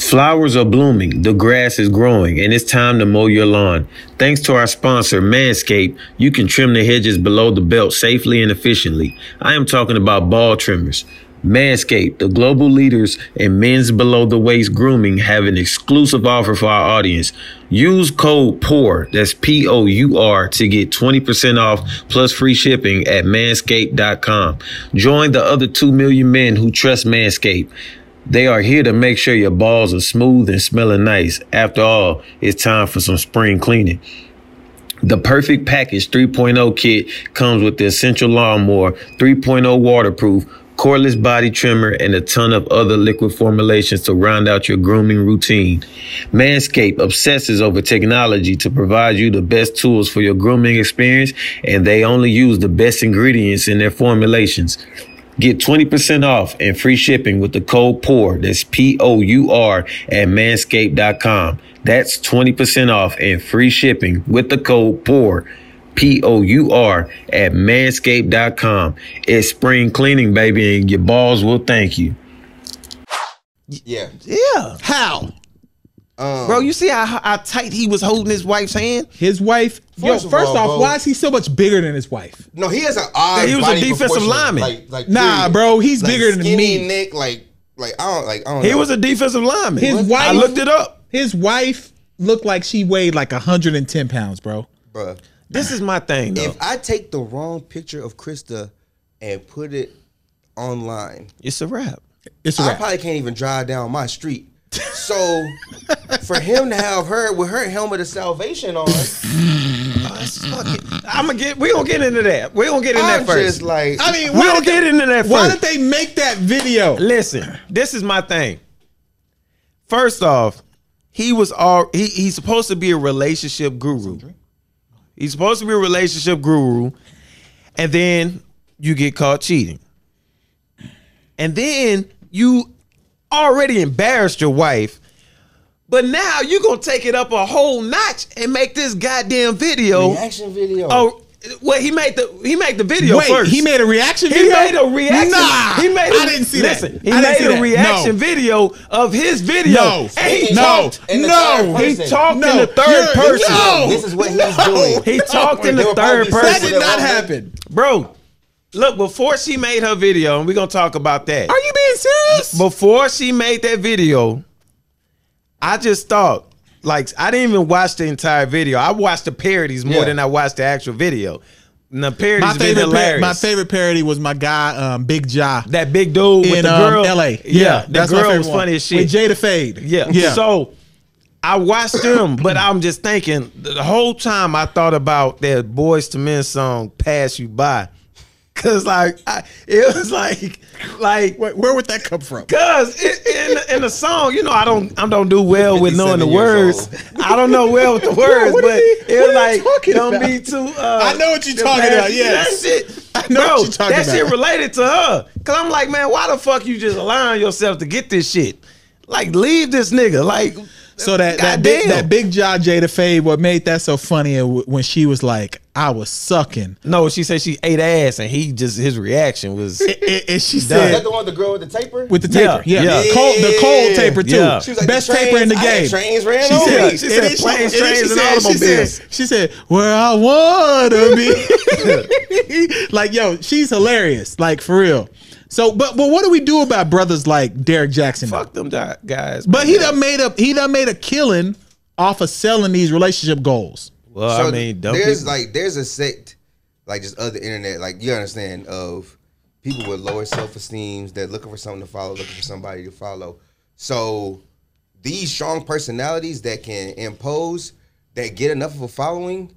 Flowers are blooming, the grass is growing, and it's time to mow your lawn. Thanks to our sponsor, Manscaped, you can trim the hedges below the belt safely and efficiently. I am talking about ball trimmers. Manscaped, the global leaders in men's below the waist grooming, have an exclusive offer for our audience. Use code POUR, that's P O U R, to get 20% off plus free shipping at manscaped.com. Join the other 2 million men who trust Manscaped. They are here to make sure your balls are smooth and smelling nice. After all, it's time for some spring cleaning. The Perfect Package 3.0 kit comes with the Essential Lawnmower 3.0 waterproof, cordless body trimmer, and a ton of other liquid formulations to round out your grooming routine. Manscaped obsesses over technology to provide you the best tools for your grooming experience, and they only use the best ingredients in their formulations. Get 20% off and free shipping with the code POUR. E. That's P O U R at manscaped.com. That's 20% off and free shipping with the code POUR. E. P O U R at manscaped.com. It's spring cleaning, baby, and your balls will thank you. Yeah. Yeah. How? Um, Bro, you see how, how tight he was holding his wife's hand? His wife. First yo, of first all, off, bro. why is he so much bigger than his wife? no, he has an odd. He was a body defensive proportion, lineman. Like, like Nah, period. bro, he's Like, bigger than skinny me. Nick, like, like I don't, like I don't. He know. was a defensive lineman. His I wife- looked it up. His wife looked like she weighed like 110 pounds, bro. Bruh. This is my thing, though. If I take the wrong picture of Krista and put it online, it's a wrap. It's a I wrap. probably can't even drive down my street. So for him to have her with her helmet of salvation on, I'm gonna get. We gonna get into that. We gonna get in I'm that first. just like, I mean, we why gonna did get they- into that Why first. did they make that video? Listen, this is my thing. First off, he was all he, he's supposed to be a relationship guru. He's supposed to be a relationship guru, and then you get caught cheating. And then you already embarrassed your wife, but now you're gonna take it up a whole notch and make this goddamn video. reaction video. Oh, well, he made the he made the video Wait, first. he made a reaction He video. made a reaction. Nah, he made. A, I didn't see listen, that. He I didn't made see a that. No. reaction video of his video. No. and he No. talked. in the no, third He person. talked in No. the 3rd You're- person. no. This is what he's No. doing. Oh, He talked in They the were third probably That person, did not happen. bro. Look, before she made her video, and we're gonna talk about that. Are you being serious? Before she made that video, I just thought, like, I didn't even watch the entire video. I watched the parodies more Yeah. than I watched the actual video. And the parodies my my been favorite, par- hilarious. my favorite parody was my guy um, Big Ja that big dude with in the um, girl, L.A. Yeah, that girl was one. funny as shit. with Jada Fade. Yeah. yeah. So I watched them, but I'm just thinking the whole time I thought about that Boys to Men song "Pass You By," cause like I, it was like like Wait, where would that come from? cause it, in in the song, you know, I don't I don't do well with knowing the 57 years words. I don't know well with the words, what is but he- it what are was you like talking don't about? be too. Uh, I know what you're talking about, yes. that shit. I know Bro, what you're talking that shit about. related to her. Cause I'm like, man, why the fuck you just allowing yourself to get this shit? Like, leave this nigga. Like, So that that big, goddamn. that big jaw Jada Fade, what made that so funny w- when she was like, "I was sucking," No, she said she ate ass, and he just his reaction was. and, and- and she Is that said the one with the girl with the taper? with the taper, Yeah, yeah, yeah. Cold, the cold Yeah. taper too, Yeah. She was like, best the trains, taper in the I had game. Trains ran She over said, me. she said, She said and planes, then trains, she and said, she automobiles. said, she said, where I wanna be. like, yo, she's hilarious. Like, for real. So, but but what do we do about brothers like Derek Jackson? though? Fuck them di- guys. But he man. done made up. He done made a killing off of selling these relationship goals. Well, I mean, dumb there's people. like there's a sect, like just other internet, like you understand of people with lower self esteems that looking for something to follow, looking for somebody to follow. So these strong personalities that can impose, that get enough of a following,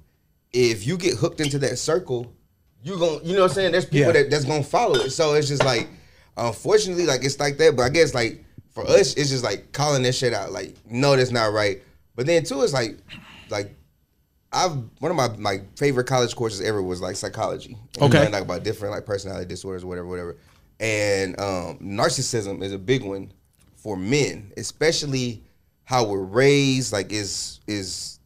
if you get hooked into that circle, you gon' you know what I'm saying. There's people that, that's gonna follow it. So it's just like, unfortunately, like it's like that. But I guess like for us, it's just like calling that shit out. Like no, that's not right. But then too, it's like, like I've one of my my favorite college courses ever was like psychology. And Okay. we learned, like about different like personality disorders, whatever, whatever. And um, narcissism is a big one for men, especially how we're raised. Like is is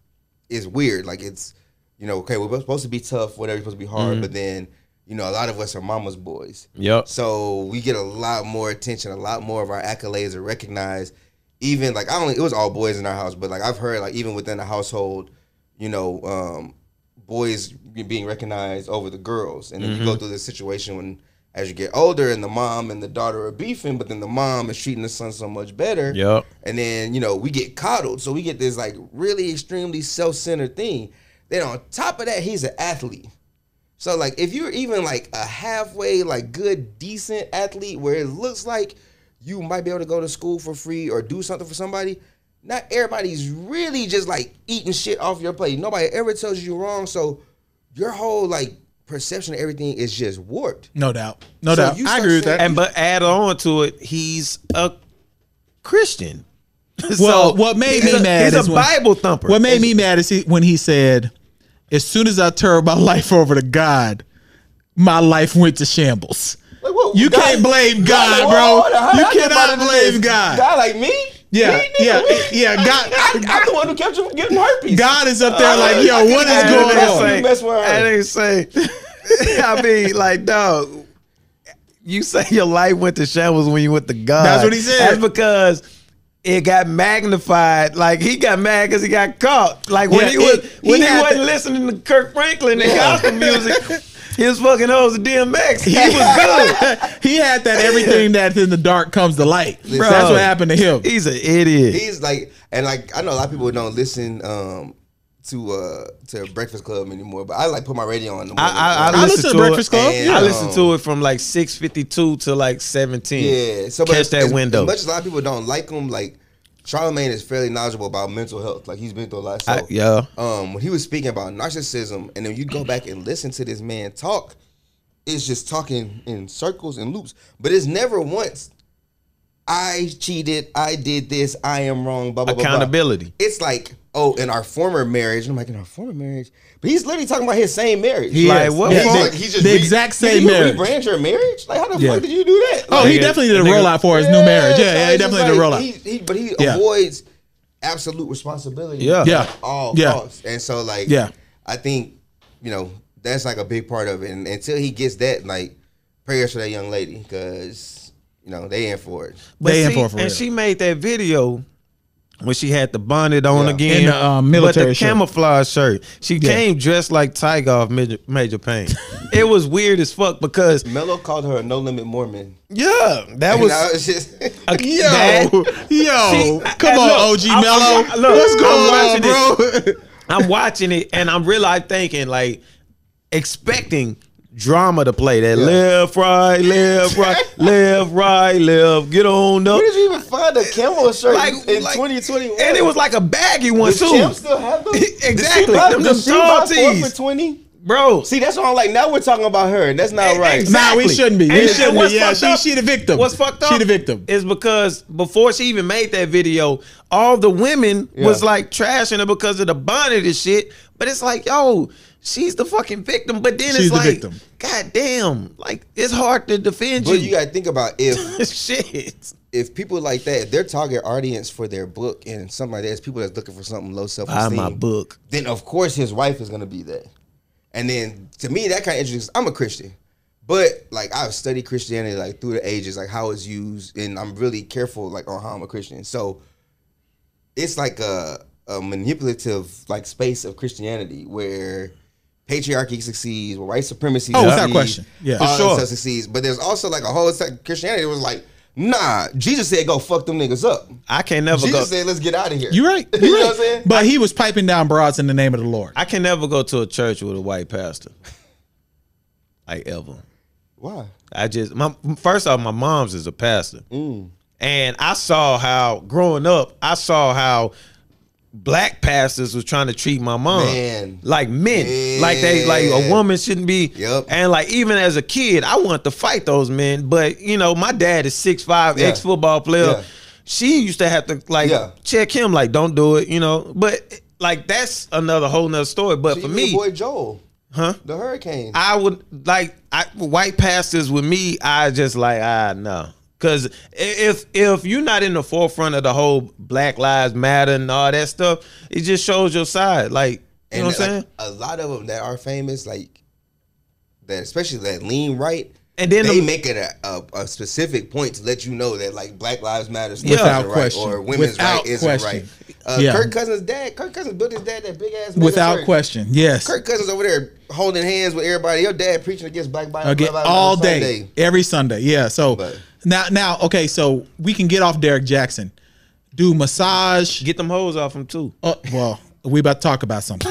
is weird. Like it's you know okay, we're supposed to be tough, whatever, you're supposed to be hard, but then you know a lot of us are mama's boys. Yep. So we get a lot more attention, a lot more of our accolades are recognized. Even like I only it was all boys in our house, but like I've heard like even within the household, you know, um, boys being recognized over the girls, and then Mm-hmm. you go through this situation when as you get older and the mom and the daughter are beefing, but then the mom is treating the son so much better. Yep. And then, you know, we get coddled. So we get this like really extremely self centered thing. Then on top of that, he's an athlete. So like if you're even like a halfway like good decent athlete where it looks like you might be able to go to school for free or do something for somebody, not everybody's really just like eating shit off your plate. Nobody ever tells you you're wrong. So your whole like perception of everything is just warped. No doubt. No So doubt. you I start agree with that. saying- and but add on to it, he's a Christian. Well, what made he's me a, mad He's is a when- Bible thumper. What made me mad is he, when he said, "As soon as I turned my life over to God, my life went to shambles." Like what know, You God- can't blame God, like, hold on, bro. hold on, You I get cannot about it blame this. God. God like me? Yeah, Me, nigga, yeah, me. yeah. I, God, I'm the one who kept you from getting herpes. God is up there like, yo, what is going That's on? the best word. I didn't say. I mean, like, dog. You say your life went to shambles when you went to God. That's what he said. That's because it got magnified. Like he got mad because he got caught. Like when Yeah, he was it- when he he, had wasn't to- listening to Kirk Franklin and gospel music, his fucking hoes and DMX. He was good. he had that everything that's in the dark comes to light. Bro. That's what happened to him. He's an idiot. He's like, and like, I know a lot of people don't listen um, to uh, to Breakfast Club anymore, but I like put my radio on. In the morning. I, I, I, I listen listen to to Breakfast it. Club, and yeah. I listen to it from like six fifty two to like seventeen. yeah, so but catch as- that as- window. As much as a lot of people don't like him, like Charlemagne is fairly knowledgeable about mental health. Like he's been through a lot. So, I- yeah. Um, when he was speaking about narcissism, and then you go back and listen to this man talk, it's just talking in circles and loops. But it's never once. I cheated. I did this. I am wrong. Blah blah blah, blah. Accountability. It's like, oh, in our former marriage, and I'm like, in our former marriage, but he's literally talking about his same marriage. He like, is. What he's fuck? like, he's just The exact same Nigga, marriage. You rebrand your marriage? Like, how the Yeah. fuck did you do that? Oh, he Nigga, definitely did a nigga- rollout for his new marriage. Yeah, yeah, he definitely did a rollout. He, he, but he Yeah. avoids absolute responsibility. Yeah. Yeah. at All Yeah. costs. And so, like, Yeah. I think you know that's like a big part of it. And until he gets that, like, prayers for that young lady because you know they in for it. They in see, for it for and real. she made that video when she had the bonnet on Yeah. again And the, um, military but the shirt. camouflage shirt. She came dressed like Tiger off Major, Major Payne. it was weird as fuck because Mello called her a no limit Mormon. yeah, that And was I was just Yo, yo, See, come and on, look, OG I'm- Mello. I'm- look, What's I'm going on, watching bro? I'm watching it and I'm real life thinking like expecting drama to play that left right left right left right left get on up Where did you even find a camo shirt Like- in like- 2021? and it was like a baggy one Does too Champ still have them? Exactly. Does she buy- Them does she tall buy four tees. for twenty. bro See, that's why I'm like. Now we're talking about her, and that's not right. Nah, we shouldn't be. We And shouldn't be. what's Yeah, fucked she- up- she the victim. What's fucked up? She the victim. Is because before she even made that video, all the women was like trashing her because of the bonnet and shit. But it's like, yo, she's the fucking victim. But then She's it's the like, victim. god damn, like it's hard to defend But you. you gotta think about if shit. if people like that, if their target audience for their book and something like that is people that's looking for something low self Buy esteem. my book. Then of course his wife is gonna be that. And then to me that kind of interesting. 'cause I'm a Christian, but like I've studied Christianity like through the ages, like how it's used, and I'm really careful like on how I'm a Christian. So it's like a, a manipulative like space of Christianity where patriarchy succeeds, where white supremacy. Oh, without succeeds, question. Yeah. all For that sure. stuff succeeds. But there's also like a whole sect- Christianity was like, nah, Jesus said go fuck them niggas up. I can never Jesus go. said let's get out of here. You right. you You know what right. I'm saying? But he was piping down broads in the name of the Lord. I can never go to a church with a white pastor. Like ever. Why? I just my first off, my mom's is a pastor, Mm. and I saw how growing up, I saw how black pastors was trying to treat my mom Man. like men, like they like a Yeah. woman shouldn't be. Yup. And like even as a kid, I wanted to fight those men, but you know my dad is six five, Yeah. ex football player. Yeah. She used to have to like Yeah. check him, like don't do it, you know. But like that's another whole nother story. But for Even me, your boy Joel, huh? the hurricane. I would like I, white pastors with me. I just like ah no, because if if you're not in the forefront of the whole Black Lives Matter and all that stuff, it just shows your side. Like you know what I'm saying. like, a lot of them that are famous, like that, especially that lean right. And then they the- make it a, a, a specific point to let you know that like Black Lives Matter stuff Without isn't question. right or women's Without right isn't question. right. Uh, Yeah. Kirk Cousins' dad, Kirk Cousins built his dad that big ass mega Without church. question. Yes. Kirk Cousins over there holding hands with everybody. Your dad preaching against black body Again, all day, every Sunday. Yeah. So But- now, now, okay. So we can get off Derek Jackson. Do massage. Get them hoes off them too. uh, well, we about to talk about something.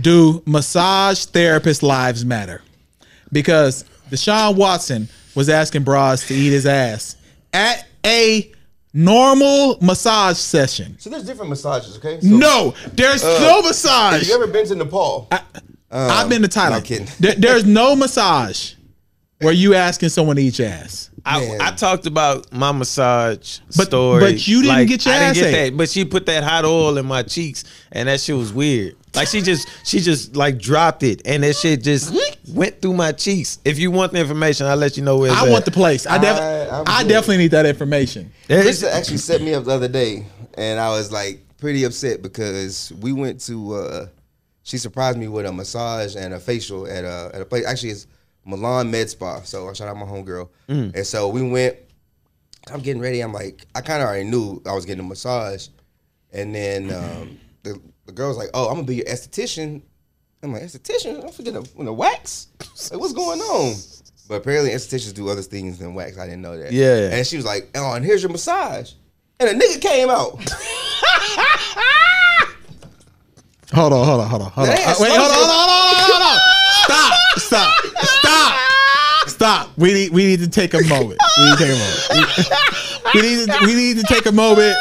Do massage therapists' lives matter? Because Deshaun Watson was asking bras to eat his ass at a normal massage session. So there's different massages, okay? So No, there's no massage. Have you ever been to Nepal? I've been to Thailand. not Um, kidding. There- there's no massage where you asking someone to eat your ass. I, Man. I talked about my massage But- story, but you didn't Like, get your I didn't ass get ate. that. But she put that hot oil in my cheeks, and that shit was weird. Like she just she just like dropped it, and that shit just went through my cheeks. If you want the information, I'll let you know where it's I at. want the place. I, def- I- I'm I good. definitely need that information. Krista actually set me up the other day, and I was like pretty upset because we went to. Uh, she surprised me with a massage and a facial at a at a place. Actually, it's Milan Med Spa. So I shout out my homegirl. And so we went. I'm getting ready. I'm like, I kind of already knew I was getting a massage, and then um, the, the girl was like, "Oh, I'm gonna be your esthetician." I'm like, "Esthetician? I'm forgetting a, a wax? Like, what's going on?" But apparently, estheticians do other things than wax. I didn't know that. Yeah. And she was like, "Oh, and here's your massage," and a nigga came out. Hold on, hold on, hold on, hold on. That Uh, ass wait, hold on, slow hold on, hold on, hold on, hold on. Stop, stop, stop, stop. We need, we need to take a moment. We need to take a moment. We need, to- we need to take a moment.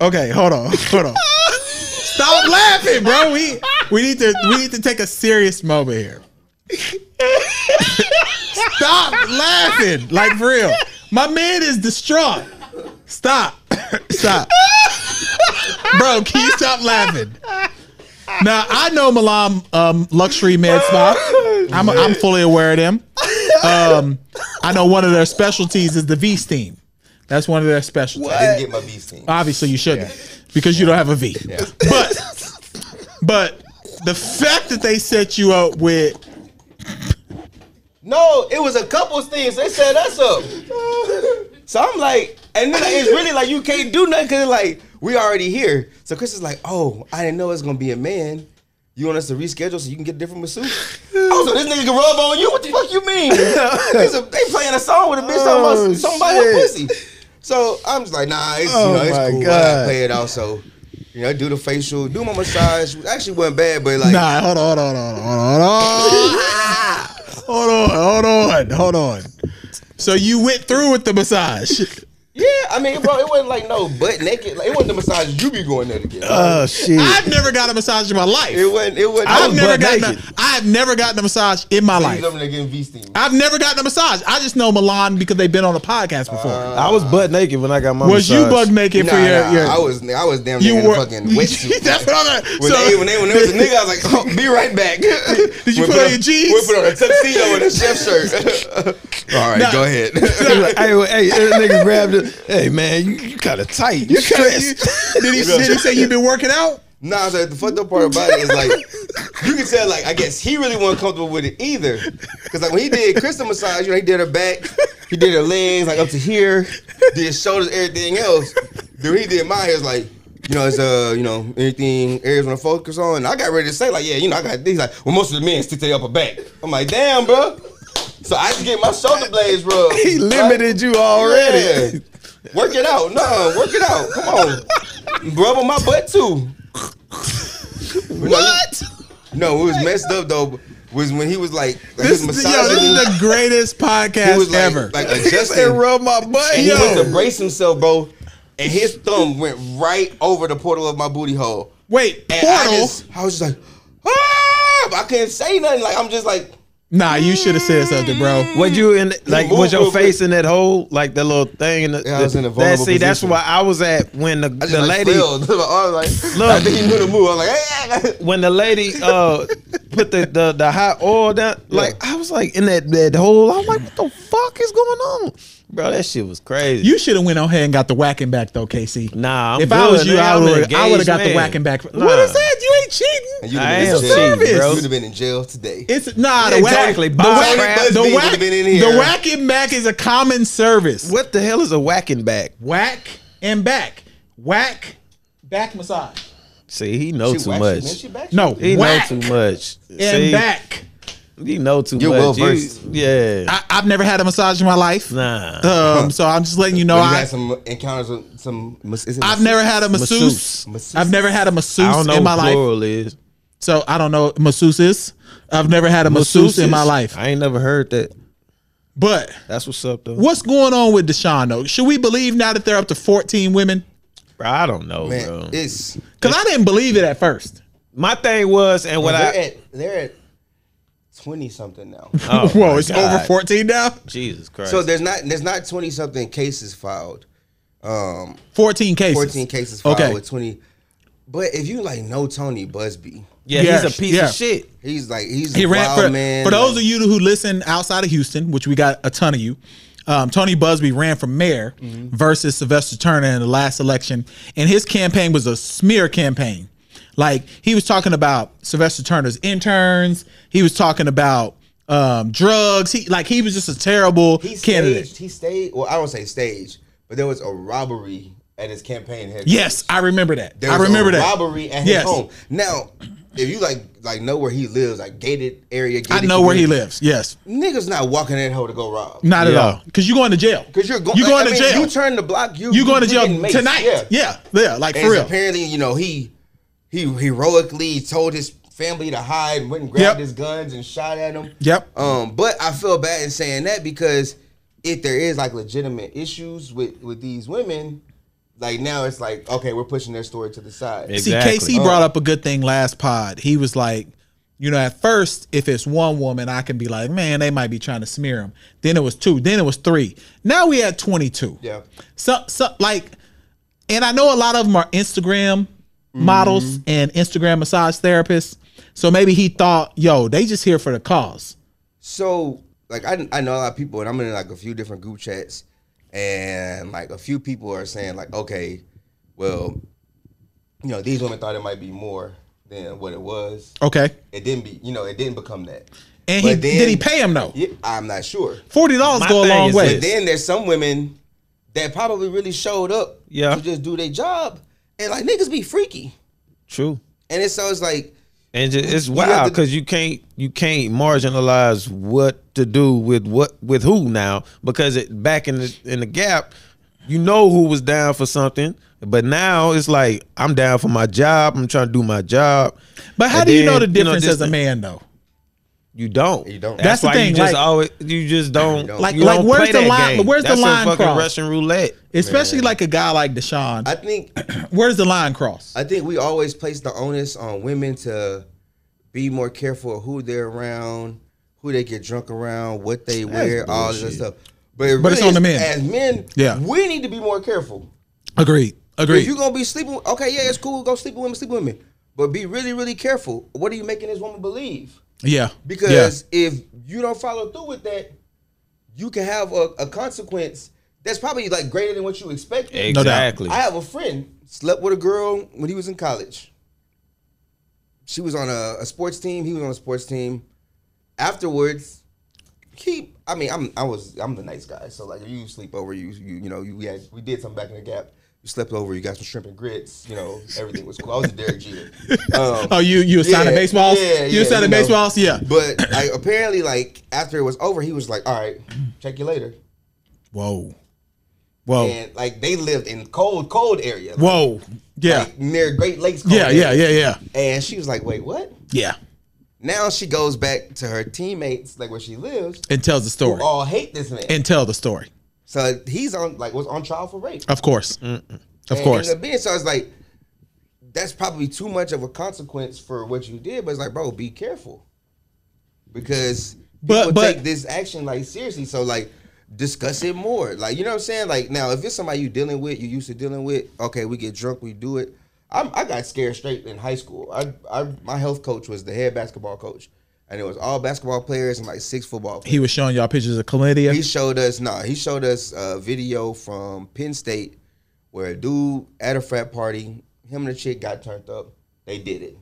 Okay, hold on, hold on. Stop laughing, bro. We, we need to, we need to take a serious moment here. Stop laughing, like for real. My man is distraught. Stop, stop. Bro, can you stop laughing? Now I know Milan um, luxury med spa. I'm, I'm fully aware of them. Um, I know one of their specialties is the V steam. That's one of their specialties. I didn't get my beef seen. Obviously, you shouldn't because you don't have a V. But but the fact that they set you up with No, it was a couple's thing. So they set us up. so I'm like, and then it's really like you can't do nothing because like we already here. So Chris is like, oh, I didn't know it's gonna be a man. You want us to reschedule so you can get a different masseuse? oh, so this nigga can rub on you? What the fuck you mean? It's a- they playing a song with a bitch talking Oh, about somebody with pussy. So I'm just like, nah, it's, you know, my it's cool. God. I play it also. You know, do the facial, do my massage. Actually, wasn't bad, but like, nah. Hold on, hold on, hold on, hold on, hold on, hold on, hold on. So you went through with the massage. yeah, I mean, bro, it wasn't like no butt naked. Like, it wasn't the massage you be going there to get. Uh, Oh shit. I've never got a massage in my life. It wasn't. It wasn't. I've never butt gotten. A, naked. I've never gotten a massage in my Like, life. them nigga in V steam. I've never gotten a massage. I just know Milan because they've been on a podcast before. I was butt naked when I got my was you massage. butt naked Uh, Nah, for your? nah, your I was. I was damn you near in were a fucking wetsuit. That's what I'm. when, so they, when, they, when there was a nigga, I was like, oh, "Be right back." Did you put on your jeans? We put on a tuxedo and a chef shirt. All right, Nah. go ahead. He like, hey, well, hey, that nigga grabbed it. Hey, man, you, you kind of tight. You stressed. did, he, did he say you've been working out? nah, so the fucked up part about it is like, you can tell. Like, I guess he really wasn't comfortable with it either, because like when he did Crystal massage, you know, he did her back, he did her legs like up to here, did shoulders, everything else. Then when he did mine, he was like. You know, it's uh, you know, anything areas want to focus on. And I got ready to say like, yeah, you know, I got these. Like, well, most of the men stick to their upper back. I'm like, damn, bro. So I just get my shoulder blades rubbed. He limited you already. Yeah. Work it out. No, work it out. Come on. Rub on my butt too. What? No, it was messed up though. Was when he was like, like This, his yo, this massage. is the greatest he was podcast like, ever. like He said, adjusting. rub my butt. and Yo. he went to brace himself, bro. And his thumb went right over the portal of my booty hole. Wait, And portal? I, just, I was just like, ah! I couldn't say nothing. Like I'm just like, nah, you should have said something, bro. Was you in like moved was your real quick. face in that hole like that little thing? In the, Yeah, I was in a that, vulnerable See, that's position. where I was at when the, I just the like lady fell. My arm, like, Look. I think he knew the move. I was like, "Ah!" hey, when the lady uh put the, the the hot oil down. Like I was like in that that hole. I'm like, what the fuck is going on, bro? That shit was crazy. You should have went on ahead and got the whacking back though, KC. Nah, I'm if I was good, you, man. I I'm an would I would have engaged got the man. whacking back. Nah. What is that? You ain't And cheating. you'd I have been am in jail. cheating, bro. You'd have been in jail today. It's nah the Exactly, whack. Bob The Kraft whack. The would've whack. been in The here. whack and back is a common service. what the hell is a whacking back? Whack and back. Whack. Back massage. See, he know She too waxed you, man. much. She backed you. No. He whack know too much. and see, back. he know too You're much. You- well-versed. yeah, I, I've never had a massage in my life. nah. Um, so I'm just letting you know But you I, had some encounters with some. mas- Is it I've mas- never had a Masseuse. masseuse. Masseuse. I've never had a I don't masseuse know in my what life. plural is. So I don't know masseuses. I've never had a masseuse in my Masseuses. life. I ain't never heard that. But That's what's up though. what's going on with Deshaun though? Should we believe now that they're up to 14 women? Bro, I don't know, bro. Man, it's Because I didn't believe it at first. My thing was, and what they're I at they're at twenty something now. oh Whoa, my it's God. over 14 now? Jesus Christ. so there's not there's not twenty something cases filed. Um, 14 cases. fourteen cases filed Okay. with twenty. But if you like know Tony Busby, Yeah, he's Yes, a piece yeah. of shit. he's like he's He a ran wild for man. for those like, of you who listen outside of Houston, which we got a ton of you. Um, Tony Busby ran for mayor Mm-hmm. versus Sylvester Turner in the last election, and his campaign was a smear campaign. Like he was talking about Sylvester Turner's interns. He was talking about um, drugs. He like he was just a terrible he candidate. staged. He staged. Well, I don't say stage, but there was a robbery at his campaign. headquarters. Yes, I remember that. There I was remember a that robbery at Yes. his home. Now, if you like like know where he lives, like gated area. I Gated know where he community, lives. Yes, Niggas not walking that hoe to go rob. not at Yeah. all. Because you're going to jail. Cause you're going. You like, going I to mean, jail. You turn the block. You you going to jail getting maced. tonight. Yeah. yeah, like And for real. apparently, you know, he he heroically told his family to hide, and went and grabbed Yep. his guns and shot at him. Yep. Um, but I feel bad in saying that because if there is like legitimate issues with with these women, like now it's like okay, we're pushing their story to the side. Uh. See, KC brought up a good thing last pod. He was like, you know, at first, if it's one woman, I can be like, man, they might be trying to smear him. Then it was two. Then it was three. Now we at twenty two. Yeah. So, so like, and I know a lot of them are Instagram Mm-hmm. models and Instagram massage therapists. So maybe he thought, yo, they just here for the cause. So like I I know a lot of people, and I'm in like a few different group chats, and like a few people are saying like, okay, well, you know, these women thought it might be more than what it was. Okay. It didn't be, you know, it didn't become that. And he But then- did he pay him though? Yeah, I'm not sure. Forty dollars My go a thing long is way. But then there's some women that probably really showed up Yeah. to just do their job, and like niggas be freaky, True. and it's so it's like And ju- it's have wild to- because you can't you can't marginalize what to do with what with who now because it back in the in the gap, you know who was down for something, but now it's like I'm down for my job. I'm trying to do my job. But how And do you know then, the difference this as a thing- man though? You don't. You don't. That's the why thing, You just like- always you just don't. don't. Like- you like, don't where's play the that line- game. where's the That's line a fucking crossed? Russian roulette. Especially like a guy like Deshaun. I think Where's the line cross? I think we always place the onus on women to be more careful of who they're around, who they get drunk around, what they wear, all of that stuff. But, it But it's really on the is- men. As men, Yeah. we need to be more careful. Agreed. If Agreed. you're gonna be sleeping, with- okay, yeah, it's cool. Go sleep with women, sleep with women, but be really, really careful. What are you making this woman believe? yeah. Because if you don't follow through with that, you can have a, a consequence that's probably like greater than what you expected. doubt. exactly. I have a friend slept with a girl when he was in college. She was on a, a sports team. He was on a sports team. Afterwards, he. I mean, I'm. I was. I'm the nice guy. So like, if you sleep over, you you you know, you we had we did something back in the gap. You slept over. You got some shrimp and grits. You know, everything was cool. I was a Derek Jeter. Um, Oh, you you assigning yeah, baseballs? yeah, you yeah, assigning you know. baseballs? Yeah. But like, apparently, like after it was over, he was like, "All right, check you later." Whoa. Whoa. And like they lived in cold, cold area. like, Whoa. Yeah. like, oh, near Great Lakes. Cold yeah, area. yeah, yeah, yeah. And she was like, "Wait, what?" Yeah. Now she goes back to her teammates, like where she lives, And tells the who story. all hate this man. And tell the story. so he's on, like, was on trial for rape. Of course. Of And course. ended up being- so it's like that's probably too much of a consequence for what you did. But it's like, bro, be careful because But- people but- take this action like seriously. So like, discuss it more. Like, you know what I'm saying? Like now, if it's somebody you dealing with, you used to dealing with. Okay, we get drunk, we do it. I'm, I got scared straight in high school. I, I my health coach was the head basketball coach, and it was all basketball players and like six football. Players He was showing y'all pictures of chlamydia. he showed us no he showed us a video from penn state where a dude at a frat party him and the chick got turned up they did it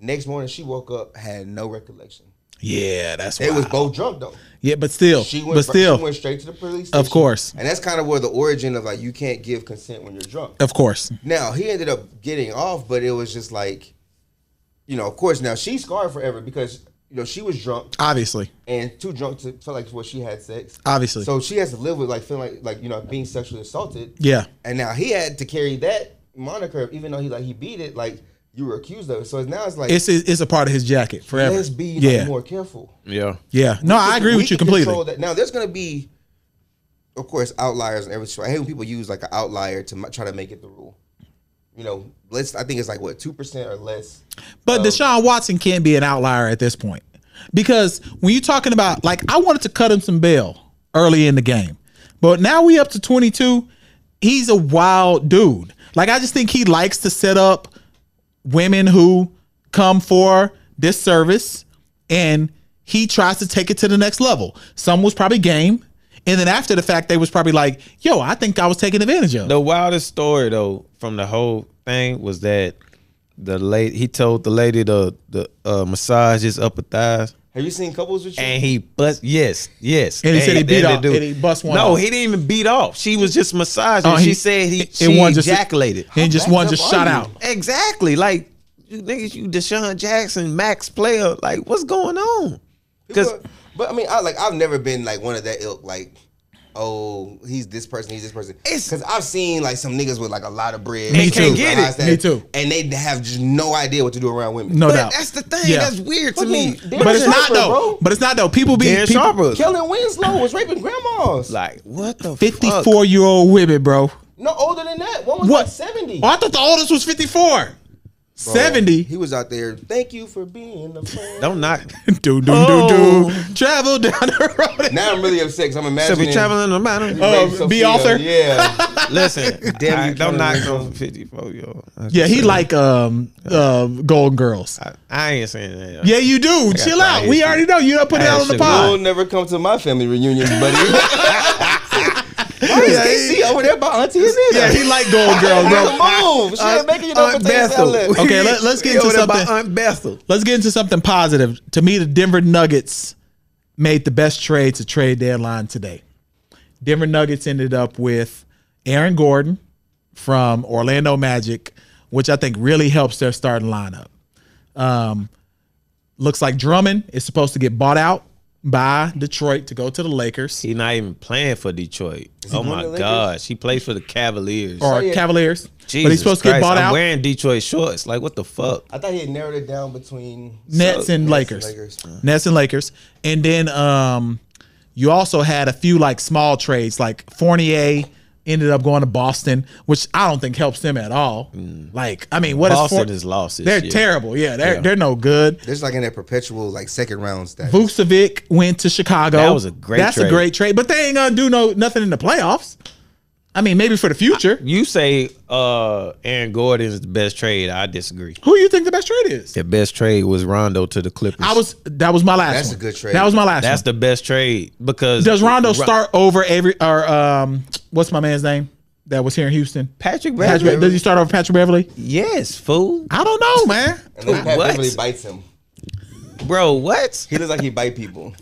next morning she woke up had no recollection yeah, that's they wild. was both drunk though Yeah, but still. she went, but still. she went straight to the police Of station. course. and that's kind of where the origin of like you can't give consent when you're drunk of course. now he ended up getting off but it was just like you know of course now she's scarred forever because you know she was drunk Obviously. and too drunk to feel like what she had sex. Obviously. So she has to live with like feeling like like you know being sexually assaulted. Yeah. And now he had to carry that moniker, even though he like he beat it, like you were accused of it. So now it's like It's it's a part of his jacket forever. let's be like, yeah. more careful. yeah. yeah. No, I agree We with you can completely. control that. Now there's gonna be, of course, outliers and everything. I hate when people use like an outlier to m- try to make it the rule. You know, let's. I think it's like what two percent or less. But Deshaun Watson can't be an outlier at this point. Because when you're talking about like I wanted to cut him some bail early in the game. But now we up to 22 he's a wild dude. Like I just think he likes to set up women who come for this service and he tries to take it to the next level. Some was probably game. And then after the fact, they was probably like, yo, I think I was taken advantage of. The wildest story though from the whole thing was that the lady he told the lady to the uh, massage his upper thighs. Have you seen couples with you? And he bust yes, yes. And he said he beat that off- dude- and he bust one No, off. he didn't even beat off. She was just massaging. Oh, she he- said he and she one just- ejaculated. and just one just up shot are you? out. exactly. Like you niggas, you Deshaun Jackson, Max Player. Like what's going on? Because But, but I mean, I like I've never been like one of that ilk. Like, oh, he's this person, he's this person. Because I've seen like some niggas with like a lot of bread. Me and too. can't get Me it. That, too. And they have just no idea what to do around women. No but doubt. That's the thing. Yeah. That's weird to me. but it's not though. But it's not though. People be Dan people, Sharper, Kellen Winslow was raping grandmas. like what the fuck? 54 year old women, bro. no older than that. One was What? like seventy. Oh, I thought the oldest was 54. 70. He was out there. Thank you for being a friend. Don't knock. Do, do, Oh. do, do. Travel down the road. Now I'm really upset. 'cause I'm So imagining. be traveling no matter. Oh, Sophia, be author? Yeah. Listen, Damn, I- you don't trying to knock make on 54 year old. Yeah, he like um um Golden Girls. I, I ain't saying that. Yeah, you do. Chill got out. that We issue. already know you don't put it out I got on the sugar. You'll pod. never come to my family reunions, buddy. Why is AC over there by Auntie Anita? Yeah, he like Golden Girls, bro. Uh, Move. She ain't making you no Aunt potato Bethel. salad. Okay, let, us get into something. Aunt Bethel. Let's get into something positive. To me, the Denver Nuggets made the best trade to trade deadline today. Denver Nuggets ended up with Aaron Gordon from Orlando Magic, which I think really helps their starting lineup. Um, looks like Drummond is supposed to get bought out by Detroit to go to the Lakers He's not even playing for Detroit. Oh going to my Lakers? gosh, he plays for the Cavaliers. or Cavaliers, but he's supposed to get Christ, bought I'm out. wearing Detroit shorts. Like what the fuck? I thought he had narrowed it down between Nets and Lakers. Nets and Lakers. And then um, you also had a few like small trades, like Fournier ended up going to Boston, which I don't think helps them at all. Like, I mean, what is Mm. Boston Four- is lost this They're year. terrible. Yeah, they're they're no good. There's like in that perpetual like second round stack. Vucevic went to Chicago. That was a great That's a trade. great trade, but they ain't gonna do no nothing in the playoffs. I mean, maybe for the future. You say uh Aaron Gordon is the best trade. I disagree. Who you think the best trade is? The best trade was Rondo to the Clippers. I was that was my last. That's one. a good trade. That was my last. one. That's the best trade because Does Rondo Ro- start over every or um what's my man's name that was here in Houston? Patrick Patrick, Beverly? does he start over Patrick Beverly? Yes, fool. I don't know, man. And then Pat What? Beverly bites him. Bro, what? He looks like he bite people.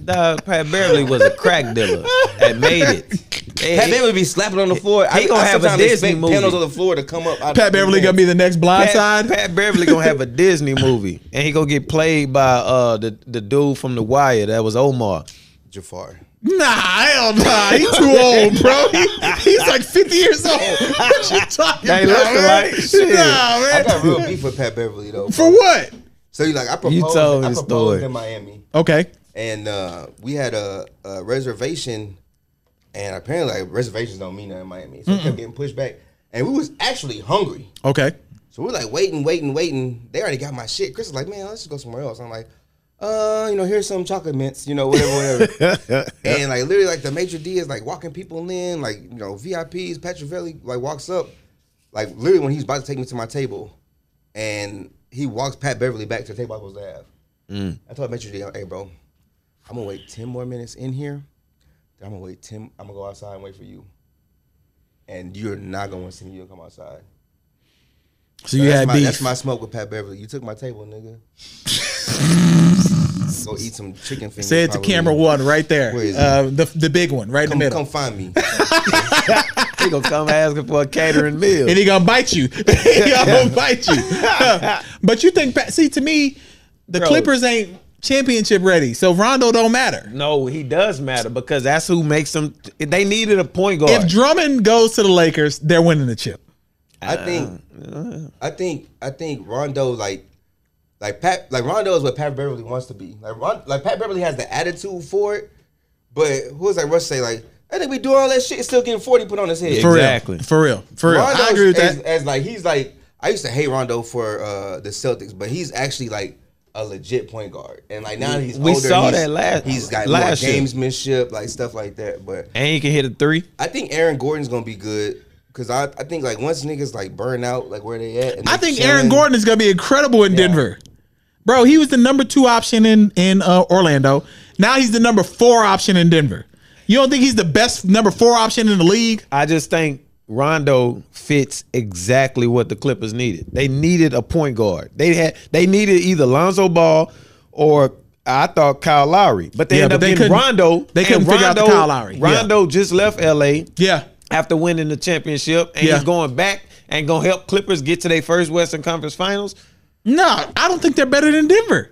Nah, Pat Beverly was a crack dealer and made it. They- Pat Beverly be slapping on the floor. He gonna have a sometimes Disney expect movie. Panels on the floor to come up. out of Pat Beverly the gonna be the next blind Pat, side. Pat Beverly gonna have a Disney movie, and he gonna get played by uh the, the dude from The Wire that was Omar. Jafar. Nah, hell nah. He's too old, bro. He, he's like 50 years old. What you talking They about? look man? alike. Shit. Nah, I man. got real beef with Pat Beverly though. For what? So you like I proposed. told I this proposed story. in Miami, Okay. and uh, we had a, a reservation, and apparently like reservations don't mean nothing in Miami, so we kept getting pushed back, and we was actually hungry, Okay. so we were like waiting, waiting, waiting. They already got my shit. Chris is like, man, let's just go somewhere else. I'm like. Uh, you know, here's some chocolate mints, you know, whatever, whatever. and like literally, like the maitre d is like walking people in, like you know, VIPs. Petrovelli like walks up, like literally when he's about to take me to my table, and he walks Pat Beverly back to the table I was at. I told Metro D, hey bro, I'm gonna wait ten more minutes in here. Then I'm gonna wait ten. I'm gonna go outside and wait for you. And you're not gonna see me. You'll come outside. So you that's, had my, beef. that's my smoke with Pat Beverly. You took my table, nigga. go eat some chicken fingers. Say it to probably. camera one right there. Where is it? Uh, the, the big one right in Come, the come middle. find me. He gonna come asking for a catering meal. and he gonna bite you. he gonna bite you. but you think? Pat- See, to me, the Bro. Clippers ain't championship ready, so Rondo don't matter. No, he does matter because that's who makes them. They needed a point guard. If Drummond goes to the Lakers, they're winning the chip. I think, I think, I think Rondo like, like Pat, like Rondo is what Pat Beverly wants to be. Like Ron, like Pat Beverly has the attitude for it, but who was like Russ say like, I think we do all that shit, still getting forty put on his head. For Exactly. real, for real, for real. Rondo I agree with as, that. as, like he's like I used to hate Rondo for uh, the Celtics, but he's actually like a a legit point guard. And like now he's We older, saw he's- that last- He's got last more year. gamesmanship, like stuff like that. But And he can hit a three. I think Aaron Gordon's gonna be good because I, I think like once niggas like burn out, like where they at. and I they think chilling, Aaron Gordon is going to be incredible in Denver. Bro, he was the number two option in in uh, Orlando. Now he's the number four option in Denver. You don't think he's the best number four option in the league? I just think Rondo fits exactly what the Clippers needed. They needed a point guard. They had they needed either Lonzo Ball or I thought Kyle Lowry, but they Yeah, ended but up they getting couldn't- Rondo. they couldn't and figure out the Rondo- Kyle Lowry. Yeah. Rondo just left LA Yeah. after winning the championship, and Yeah. he's going back and gonna help Clippers get to their first Western Conference Finals. No, I don't think they're better than Denver.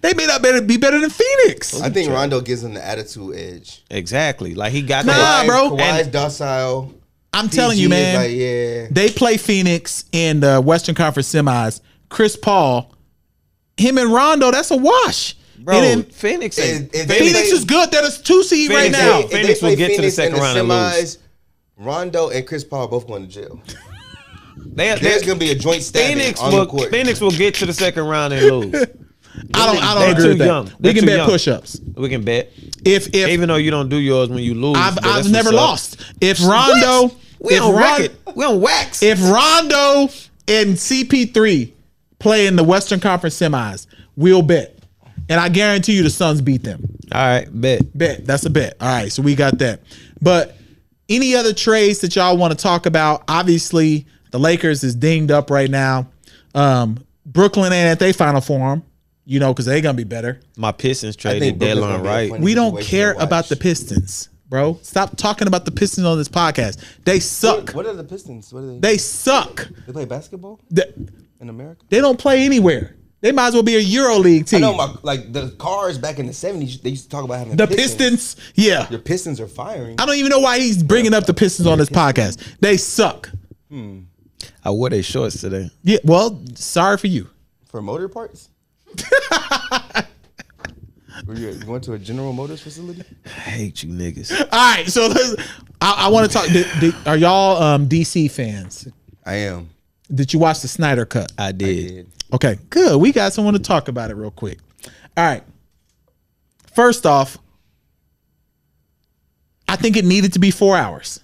They may not better be better than Phoenix. I think Rondo gives him the attitude edge. Exactly, like he got Nah, that. bro. Kawhi's Oh, And- docile. I'm telling PG you, is man. Like, yeah. They play Phoenix in the Western Conference semis. Chris Paul, him and Rondo, that's a wash. bro, And then Phoenix. ain't- If- if they Phoenix play- is good. That is two seed right Phoenix now. is- Phoenix will get to the second round and lose. Rondo and Chris Paul both going to jail. They, There's gonna be a joint stabbing Phoenix on will, the court. Phoenix will get to the second round and lose. I don't. I don't They're agree too with that. young. We They're can too bet young. push-ups. We can bet. If if Even though you don't do yours when you lose, I've but that's I've never what's up. lost. If Rondo, We if on Ron- record. We on wax. if Rondo and CP3 play in the Western Conference semis, we'll bet. And I guarantee you, the Suns beat them. All right, bet. Bet. That's a bet. All right. So we got that. But any other trades that y'all want to talk about? Obviously, the Lakers is dinged up right now. Um, Brooklyn ain't at their final form, you know, because they're going to be better. My Pistons traded think Brooklyn's Delon gonna be a Wright. point We don't Situation care to watch. about the Pistons, bro. Stop talking about the Pistons on this podcast. They suck. What are the Pistons? What are they? They, They suck. play basketball They, in America. they don't play anywhere. They might as well be a Euro League I team. know, my, like the cars back in the '70s, they used to talk about having the Pistons, yeah. Your Pistons are firing. I don't even know why he's bringing up the Pistons on this podcast. They suck. I wore their shorts today. Yeah. Well, sorry for you. For motor parts? Were you you going to a General Motors facility? I hate you niggas. All right. So let's, I, I want to talk. Did, did, are y'all um, DC fans? I am. Did you watch the Snyder Cut? I did. Okay, good. We got someone to talk about it real quick. All right. First off, I think it needed to be four hours.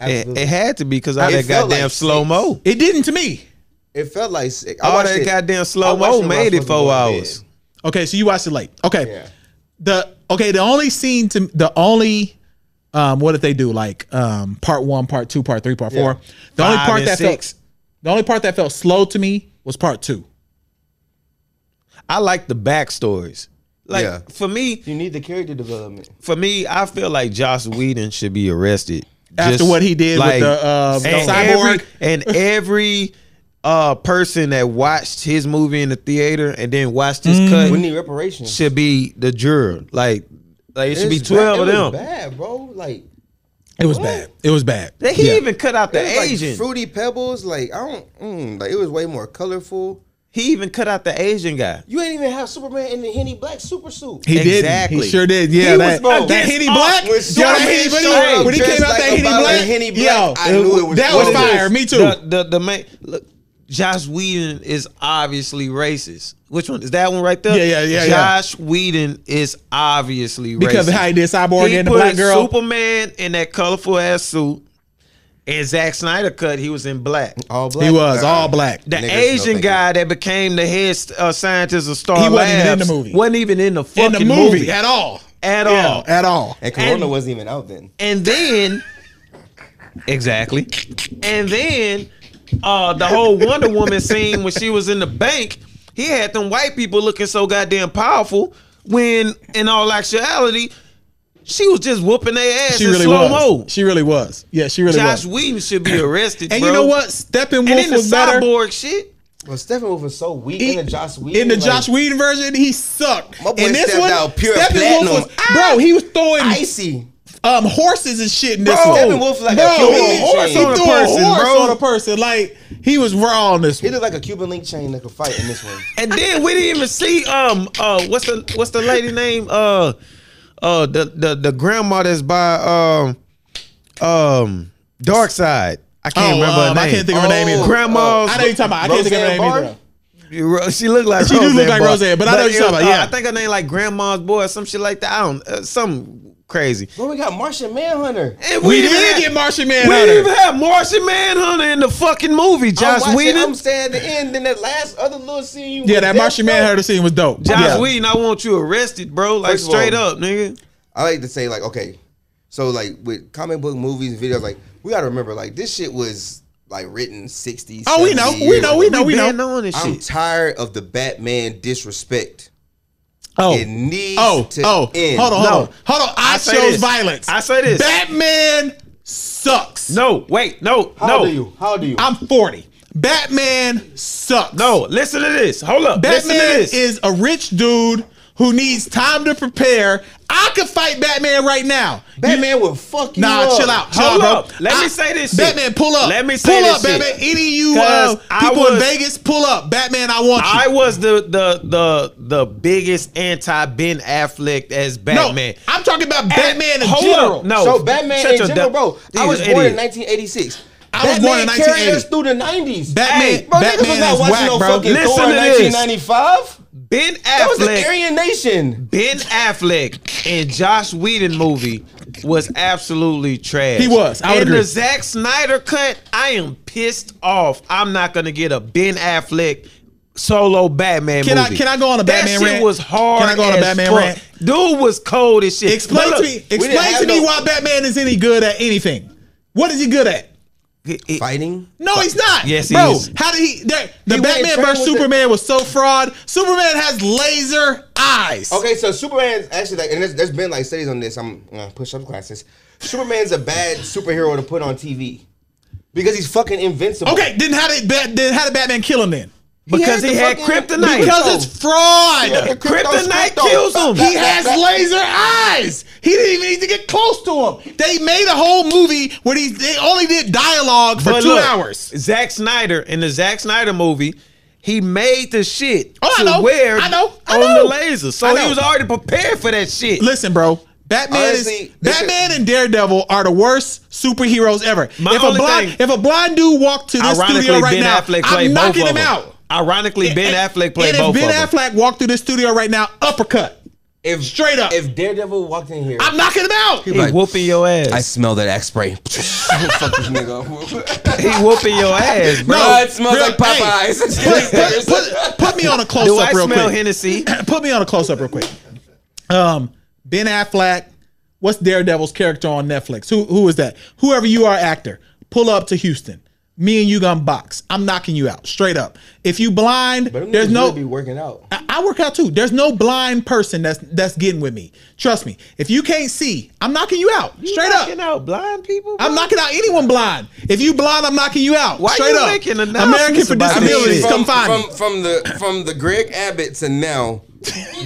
It, it had to be because all It that felt goddamn like slow mo. It didn't to me. It felt like oh, sick. All watched that it- goddamn slow I watched mo when I made it was supposed to go four to bed. hours. Okay, so you watched it late. Okay. Yeah. The okay, the only scene to the only um what did they do? Like um part one, part two, part three, part four. The only Five part and that six. felt the only part that felt slow to me was part two. I like the backstories. Like Yeah. for me, You need the character development. for me, I feel like Joss Whedon should be arrested After what he did with the, uh, cyborg. every, and every uh, person that watched his movie in the theater and then watched Mm. his We cut need reparations. should be the juror. Like, like it should be It's twelve bad. of It them. was Bad, bro. Like It was bad. It was bad. They, he Yeah. even cut out the it was Asian. like fruity pebbles. Like I don't. Mm, like it was way more colorful. he even cut out the Asian guy. You ain't even have Superman in the Henny Black super suit. He did. Exactly. He sure did. Yeah, He that, was that against Henny us Black. when Yo, that Superman Henny- when he- showed up when he dressed came out that Henny like Obama Black, and Henny Black, yo, I knew it was that was dope. fire. Me too. The the, the main look. Josh Whedon is obviously racist. Which one is that one right there? Yeah, yeah, yeah, yeah. Josh Whedon is obviously because racist. of how he did Cyborg he and the put black girl. Superman in that colorful ass suit, and Zack Snyder cut. He was in black. Oh, All black. he was all black. The Niggas, no Asian thank you. guy that became the head uh, scientist of Star He wasn't even in Labs the movie. wasn't even in the in fucking the movie, movie at all. at Yeah, all. At all. And Corona And- wasn't even out then. And then exactly. And then uh the whole Wonder Woman scene when she was in the bank, he had them white people looking so goddamn powerful when in all actuality she was just whooping their ass She in really slow was. mo. She really was. Yeah, she really Josh was. Whedon should be arrested. And bro. you know what? And then Steppenwolf the was better. cyborg shit. Well, Steppenwolf was so weak He- in the Joss Whedon. in the like, Josh Whedon version, he sucked. My boy in this stepped one, out pure Steppenwolf platinum. Ah, was bro. He was throwing icy. um horses and shit in this Bro, one. Steppenwolf like a bro, Cuban he, link horse chain. on a He threw a person, horse bro. on on a person. Like he was raw on this He one. looked like a Cuban link chain that could fight in this one. And then we didn't even see um uh what's the what's the lady name uh uh the the the grandma that's by um um Dark Side. I can't Oh, remember um, her I name. can't think of her name either. Oh, Grandma's I know you're talking about. I can't think of her uh, Roseanne name either. Barr? Ro- She looked like She do Roseanne look like Barr. Roseanne, but I know what you're it- talking about, uh, yeah. I think her name like Grandma's Boy or some shit like that. I don't. Uh, some crazy. Well, we got Martian Manhunter. And We even did had- get Martian We didn't Manhunter. Oh, even have Martian Manhunter in the fucking movie. Josh I'm watching, Whedon. I'm staying at the end. Then that last other little scene. Yeah, that with Death Martian Note. Manhunter scene was dope. Josh Yeah. Whedon, I want you arrested, bro. Like First of straight all- up, nigga. I like to say like okay, so like with comic book movies, videos, like we gotta remember like this shit was like written 60s. Oh, we know, 70 we years know, we ago. know, we been know. on this I'm shit. tired of the Batman disrespect. Oh, It needs oh, to oh, end. hold on, No. hold on, hold on. I, I say chose this. violence. I say this. Batman sucks. No, wait, no, How no, do you? How do you? I'm 40. Batman sucks. no. Listen to this. Hold up. listen to Batman this. is a rich dude who needs time to prepare. I could fight Batman right now. You- Batman will fuck you Nah, up. chill out, chill Hold out, up. bro. Let me I- say this shit. Batman, pull up. Let me say pull this up, shit. Batman. Any of you uh, 'Cause I people in was- Vegas, pull up. Batman, I want you. I was the the the the biggest anti Ben Affleck as Batman. No, I'm talking about Batman in hold general. up. No, so Batman Shut in your general, dumb- bro. I These was born in idiots. 1986. I was born in Batman carried 1980. us through the 90s. Batman- hey, bro, niggas Batman was not is watching whack, no bro. fucking Listen Thor to in this. 1995. Ben That was the Affleck. Aryan Nation. Ben Affleck in Josh Whedon movie was absolutely trash. He was. I would in agree. the Zack Snyder cut, I am pissed off. I'm not gonna get a Ben Affleck solo Batman Can I- movie. can I go on a Batman that shit rant? was hard. Can I go on a as Batman fuck. rant? Dude was cold as shit. Explain But to look, me. didn't Explain have to me no- why Batman is any good at anything. What is he good at? it- it- Fighting. No, he's not. Yes, he bro. is. How did he? The, the He went and Batman trained versus with the- Superman was so fraud. Superman has laser eyes. Okay, so Superman's actually like, and there's, there's been like studies on this. I'm gonna push up classes. Superman's a bad superhero to put on TV because he's fucking invincible. Okay. Then how did Bat, then how did Batman kill him then? because he had, the fucking- kryptonite. Because it's fraud. Yeah, Kryptonite Krypto. kills him. He has laser eyes. He didn't even need to get close to him. They made a whole movie where he they only did dialogue for But two look, hours. Zack Snyder in the Zack Snyder movie, he made the shit Oh, I to know. wear I know. I on know. the laser. So I know. he was already prepared for that shit. Listen, bro. Batman is Honestly, they should- Batman and Daredevil are the worst superheroes ever. My If a only blind thing- if a blind dude walked to this Ironically, studio right Ben now, Affleck I'm played knocking both him of them. out. Ironically, Ben And- Affleck played and both If Ben of them. Affleck walked through this studio right now, uppercut. If Straight up. if Daredevil walked in here, I'm knocking him out. He whooping your I ass. smell that axe spray. Fuck this nigga. he whooping your ass, bro. No, it smells real- like Popeyes. Put, put- put- put me on a close Do up I real smell quick. Hennessy? put me on a close up real quick. Um, Ben Affleck, what's Daredevil's character on Netflix? Who who is that? Whoever you are, actor, pull up to Houston. Me and you gonna box. I'm knocking you out straight up. If you blind, there's no. be working out. I- I work out too. There's no blind person that's that's getting with me. Trust me. If you can't see, I'm knocking you out straight up. Knocking out blind people. bro? I'm knocking out anyone blind. If you blind, I'm knocking you out. Why Straight you up. making announcements American for about this Disabilities, shit? come From, find me. from, from the from the Greg Abbott to now,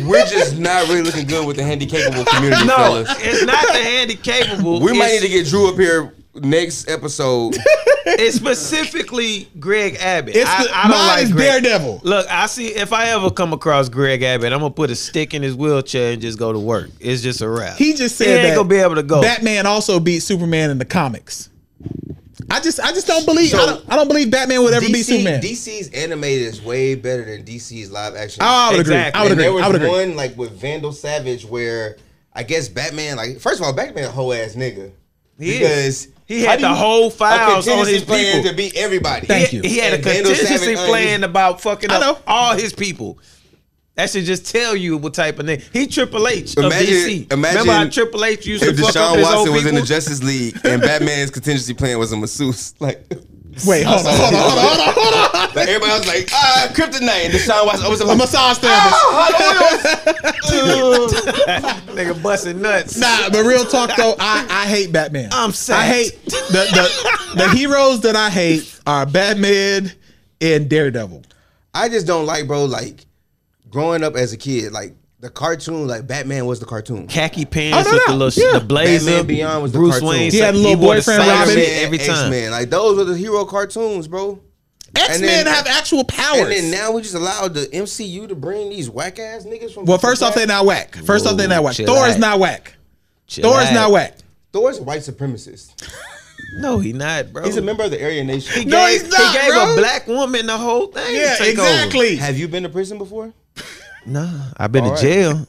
we're just not really looking good with the handicapable community, No, fellas. it's not the handy capable. We might It's- need to get Drew up here next episode. It's specifically Greg Abbott. It's I, the- I don't mine like is Greg. Daredevil. Look, I see if I ever come across Greg Abbott, I'm gonna put a stick in his wheelchair and just go to work. It's just a wrap. He just said he ain't that gonna be able to go. Batman also beat Superman in the comics. I just I just don't believe I, So- don't, I don't believe Batman would ever DC, be Superman. DC's animated is way better than DC's live action. I would agree. Exactly. I would and agree. there was I would agree. one like with Vandal Savage where I guess Batman, like first of all, Batman a whole ass nigga. He because is. He how had do the you- whole files okay, on Tennessee's his plan people. to beat everybody. Thank he, you. he had a And Vandal contingency Savage, uh, plan about fucking I know. up all his people. That should just tell you what type of nigga. He Triple H of Imagine- DC. Remember how imagine Triple H used to If fuck up Deshaun his own Watson was in the people? Justice League and Batman's contingency plan was a masseuse, like. Wait, hold on, hold on, hold on, hold on, hold on. Like everybody was like, ah, kryptonite. And Deshaun Watson opens up A like, massage therapist. Nigga busting nuts. Nah, but real talk though, I, I hate Batman. I'm sad. I hate the, the the heroes that I hate are Batman and Daredevil. I just don't like, bro. Like growing up as a kid, like the cartoon, like Batman was the cartoon. khaki pants Oh, no, with no. the little Yeah. the blazer. Batman Beyond was the Bruce cartoon. Wayne. He had a little wore the boyfriend, same Robin. shit every time. X-Men, like those were the hero cartoons, bro. X Men then- have actual powers. And then now we just allowed the MCU to bring these whack ass niggas from. well, first off, they're not whack. First off, they're not whack. Chill Thor is out. not whack. Chill Thor is out. not whack. Thor's a white supremacist. No, he not, bro. He's a member of the Aryan Nation. No, Gave- he's not, He gave bro. a black woman the whole thing. Yeah, to take exactly. Have you been to prison before? Nah, I've been All to right. jail.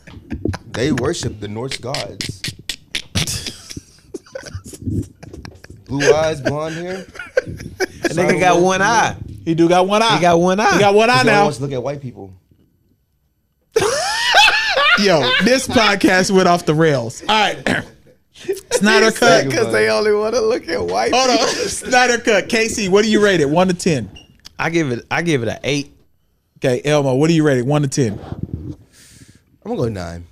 They worship the Norse gods. Blue eyes, blonde hair. That nigga got one eye. He do got one eye. He got one eye. He got one eye Now now. wants to look at white people. Yo, this podcast went off the rails. All right. Snyder cut. Because they all. Hold on. Snyder cut. Casey, what do you rate it? One to ten. I give it. I give it an eight. Okay, Elmo, what do you rate it? One to ten. I'm gonna go nine.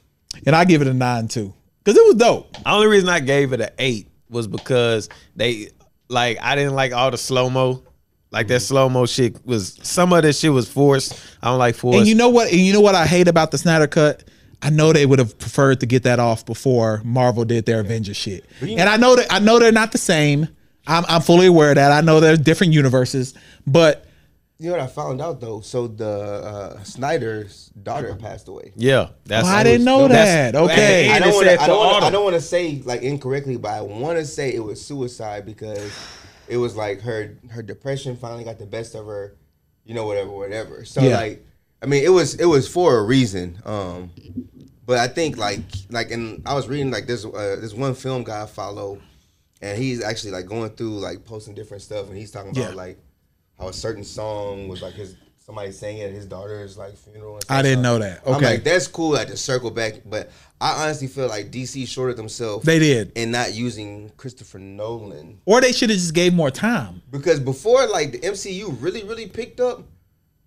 And I give it a nine too. Cause it was dope. The only reason I gave it an eight was because they like I didn't like all the slow mo. Like that slow mo shit was some of that shit was forced. I don't like forced. And you know what? And you know what I hate about the Snyder cut. I know they would have preferred to get that off before Marvel did their Avengers shit. And I know that I know they're not the same. I'm, I'm fully aware of that. I know they're different universes, but You know what I found out though? So the uh, Snyder's daughter passed away. yeah, that's Oh, I didn't know that. Okay. I I don't don't, want wanna, to. I, don't wanna, I I don't wanna say like incorrectly, but I want to say it was suicide because it was like her her depression finally got the best of her, you know, whatever, whatever. So Yeah. like, I mean, it was it was for a reason. Um, but I think like like and I was reading like this uh, this one film guy I follow, and he's actually like going through like posting different stuff, and he's talking about Yeah. like how a certain song was like his somebody sang it at his daughter's like funeral. And I didn't stuff. know that. I'm Okay. like, that's cool. Like to circle back, but I honestly feel like DC shorted themselves. They did. in not using Christopher Nolan or they should have just gave more time. because before like the MCU really really picked up,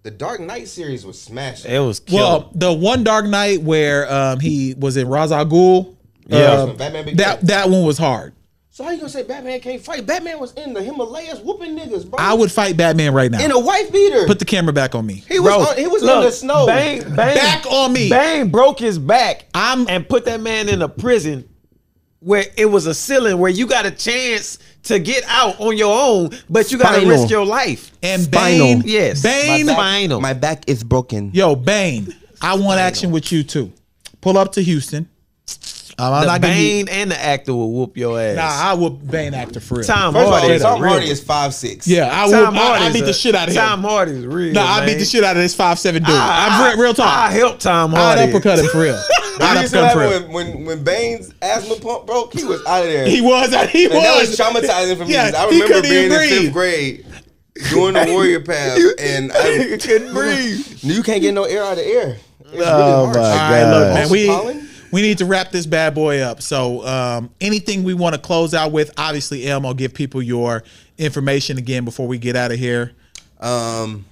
the Dark Knight series was smashing. It was killed. Well, the one Dark Knight where um, he was in Ra's al Ghul, yeah. uh, When Batman Begins. that that one was hard. so how you gonna say Batman can't fight? Batman was in the Himalayas whooping niggas, bro. I would fight Batman right in now. a wife beater. Put the camera back on me. he was on, he was in the snow. Bang, bang, Back on me. Bang broke his back. I'm- and put that man in a prison where it was a ceiling where you got a chance to get out on your own, but you got to Spinal. risk your life. And Bane, Yes. Bane, My back- Final. My back is broken. yo, Bane. I want action with you too. Pull up to Houston. Um, I'm the not gonna be, Bane and the actor will whoop your ass. Nah, I would Bane actor for real. Tom First of all, Hardy is Tom real. Hardy is five six. Yeah, I would. Tom I, I Hardy's beat the a- shit out of him. Tom Hardy's real. nah, I beat man. the shit out of this five seven dude. Ah, I- I'm real, real talk. I helped Tom I'd Hardy. uppercut him for real. I'd You see uppercut what him for real. happened when, when when Bane's asthma pump broke? He was out of there. He was. He And that was was. traumatizing for me. Yeah, 'cause I he remember couldn't even being in breathe. fifth grade doing the warrior path, and I couldn't breathe. You can't get no air out of the air. It's really harsh. All right, look, man, Most we pollen? we need to wrap this bad boy up. So, um, anything we want to close out with? Obviously, Elmo, give people your information again before we get out of here Um,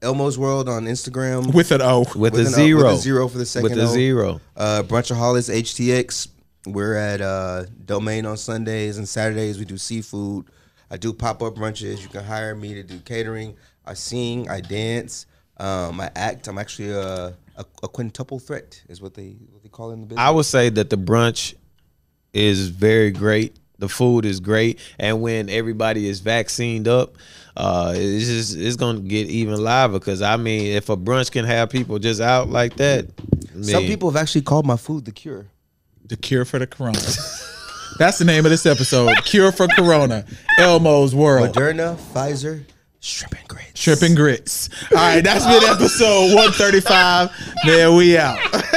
Elmo's World on Instagram with an O. with, with a an O- zero. with a zero for the second With a O. zero. Uh, Brunchaholics HTX. We're at uh, Domain on Sundays and Saturdays. We do seafood. I do pop up brunches. You can hire me to do catering. I sing. I dance. Um, I act. I'm actually a, a, a quintuple threat, is what they what they call it in the business. I would say that the brunch is very great. The food is great, and when everybody is vaccinated up, uh, it's just it's gonna get even liver. Because I mean, if a brunch can have people just out like that, I Some mean, people have actually called my food the cure. The cure for the corona. That's the name of this episode. Cure for Corona. Elmo's world. Moderna, Pfizer, shrimp and grits. Tripping grits. All right, that's been episode 135. Man, we out.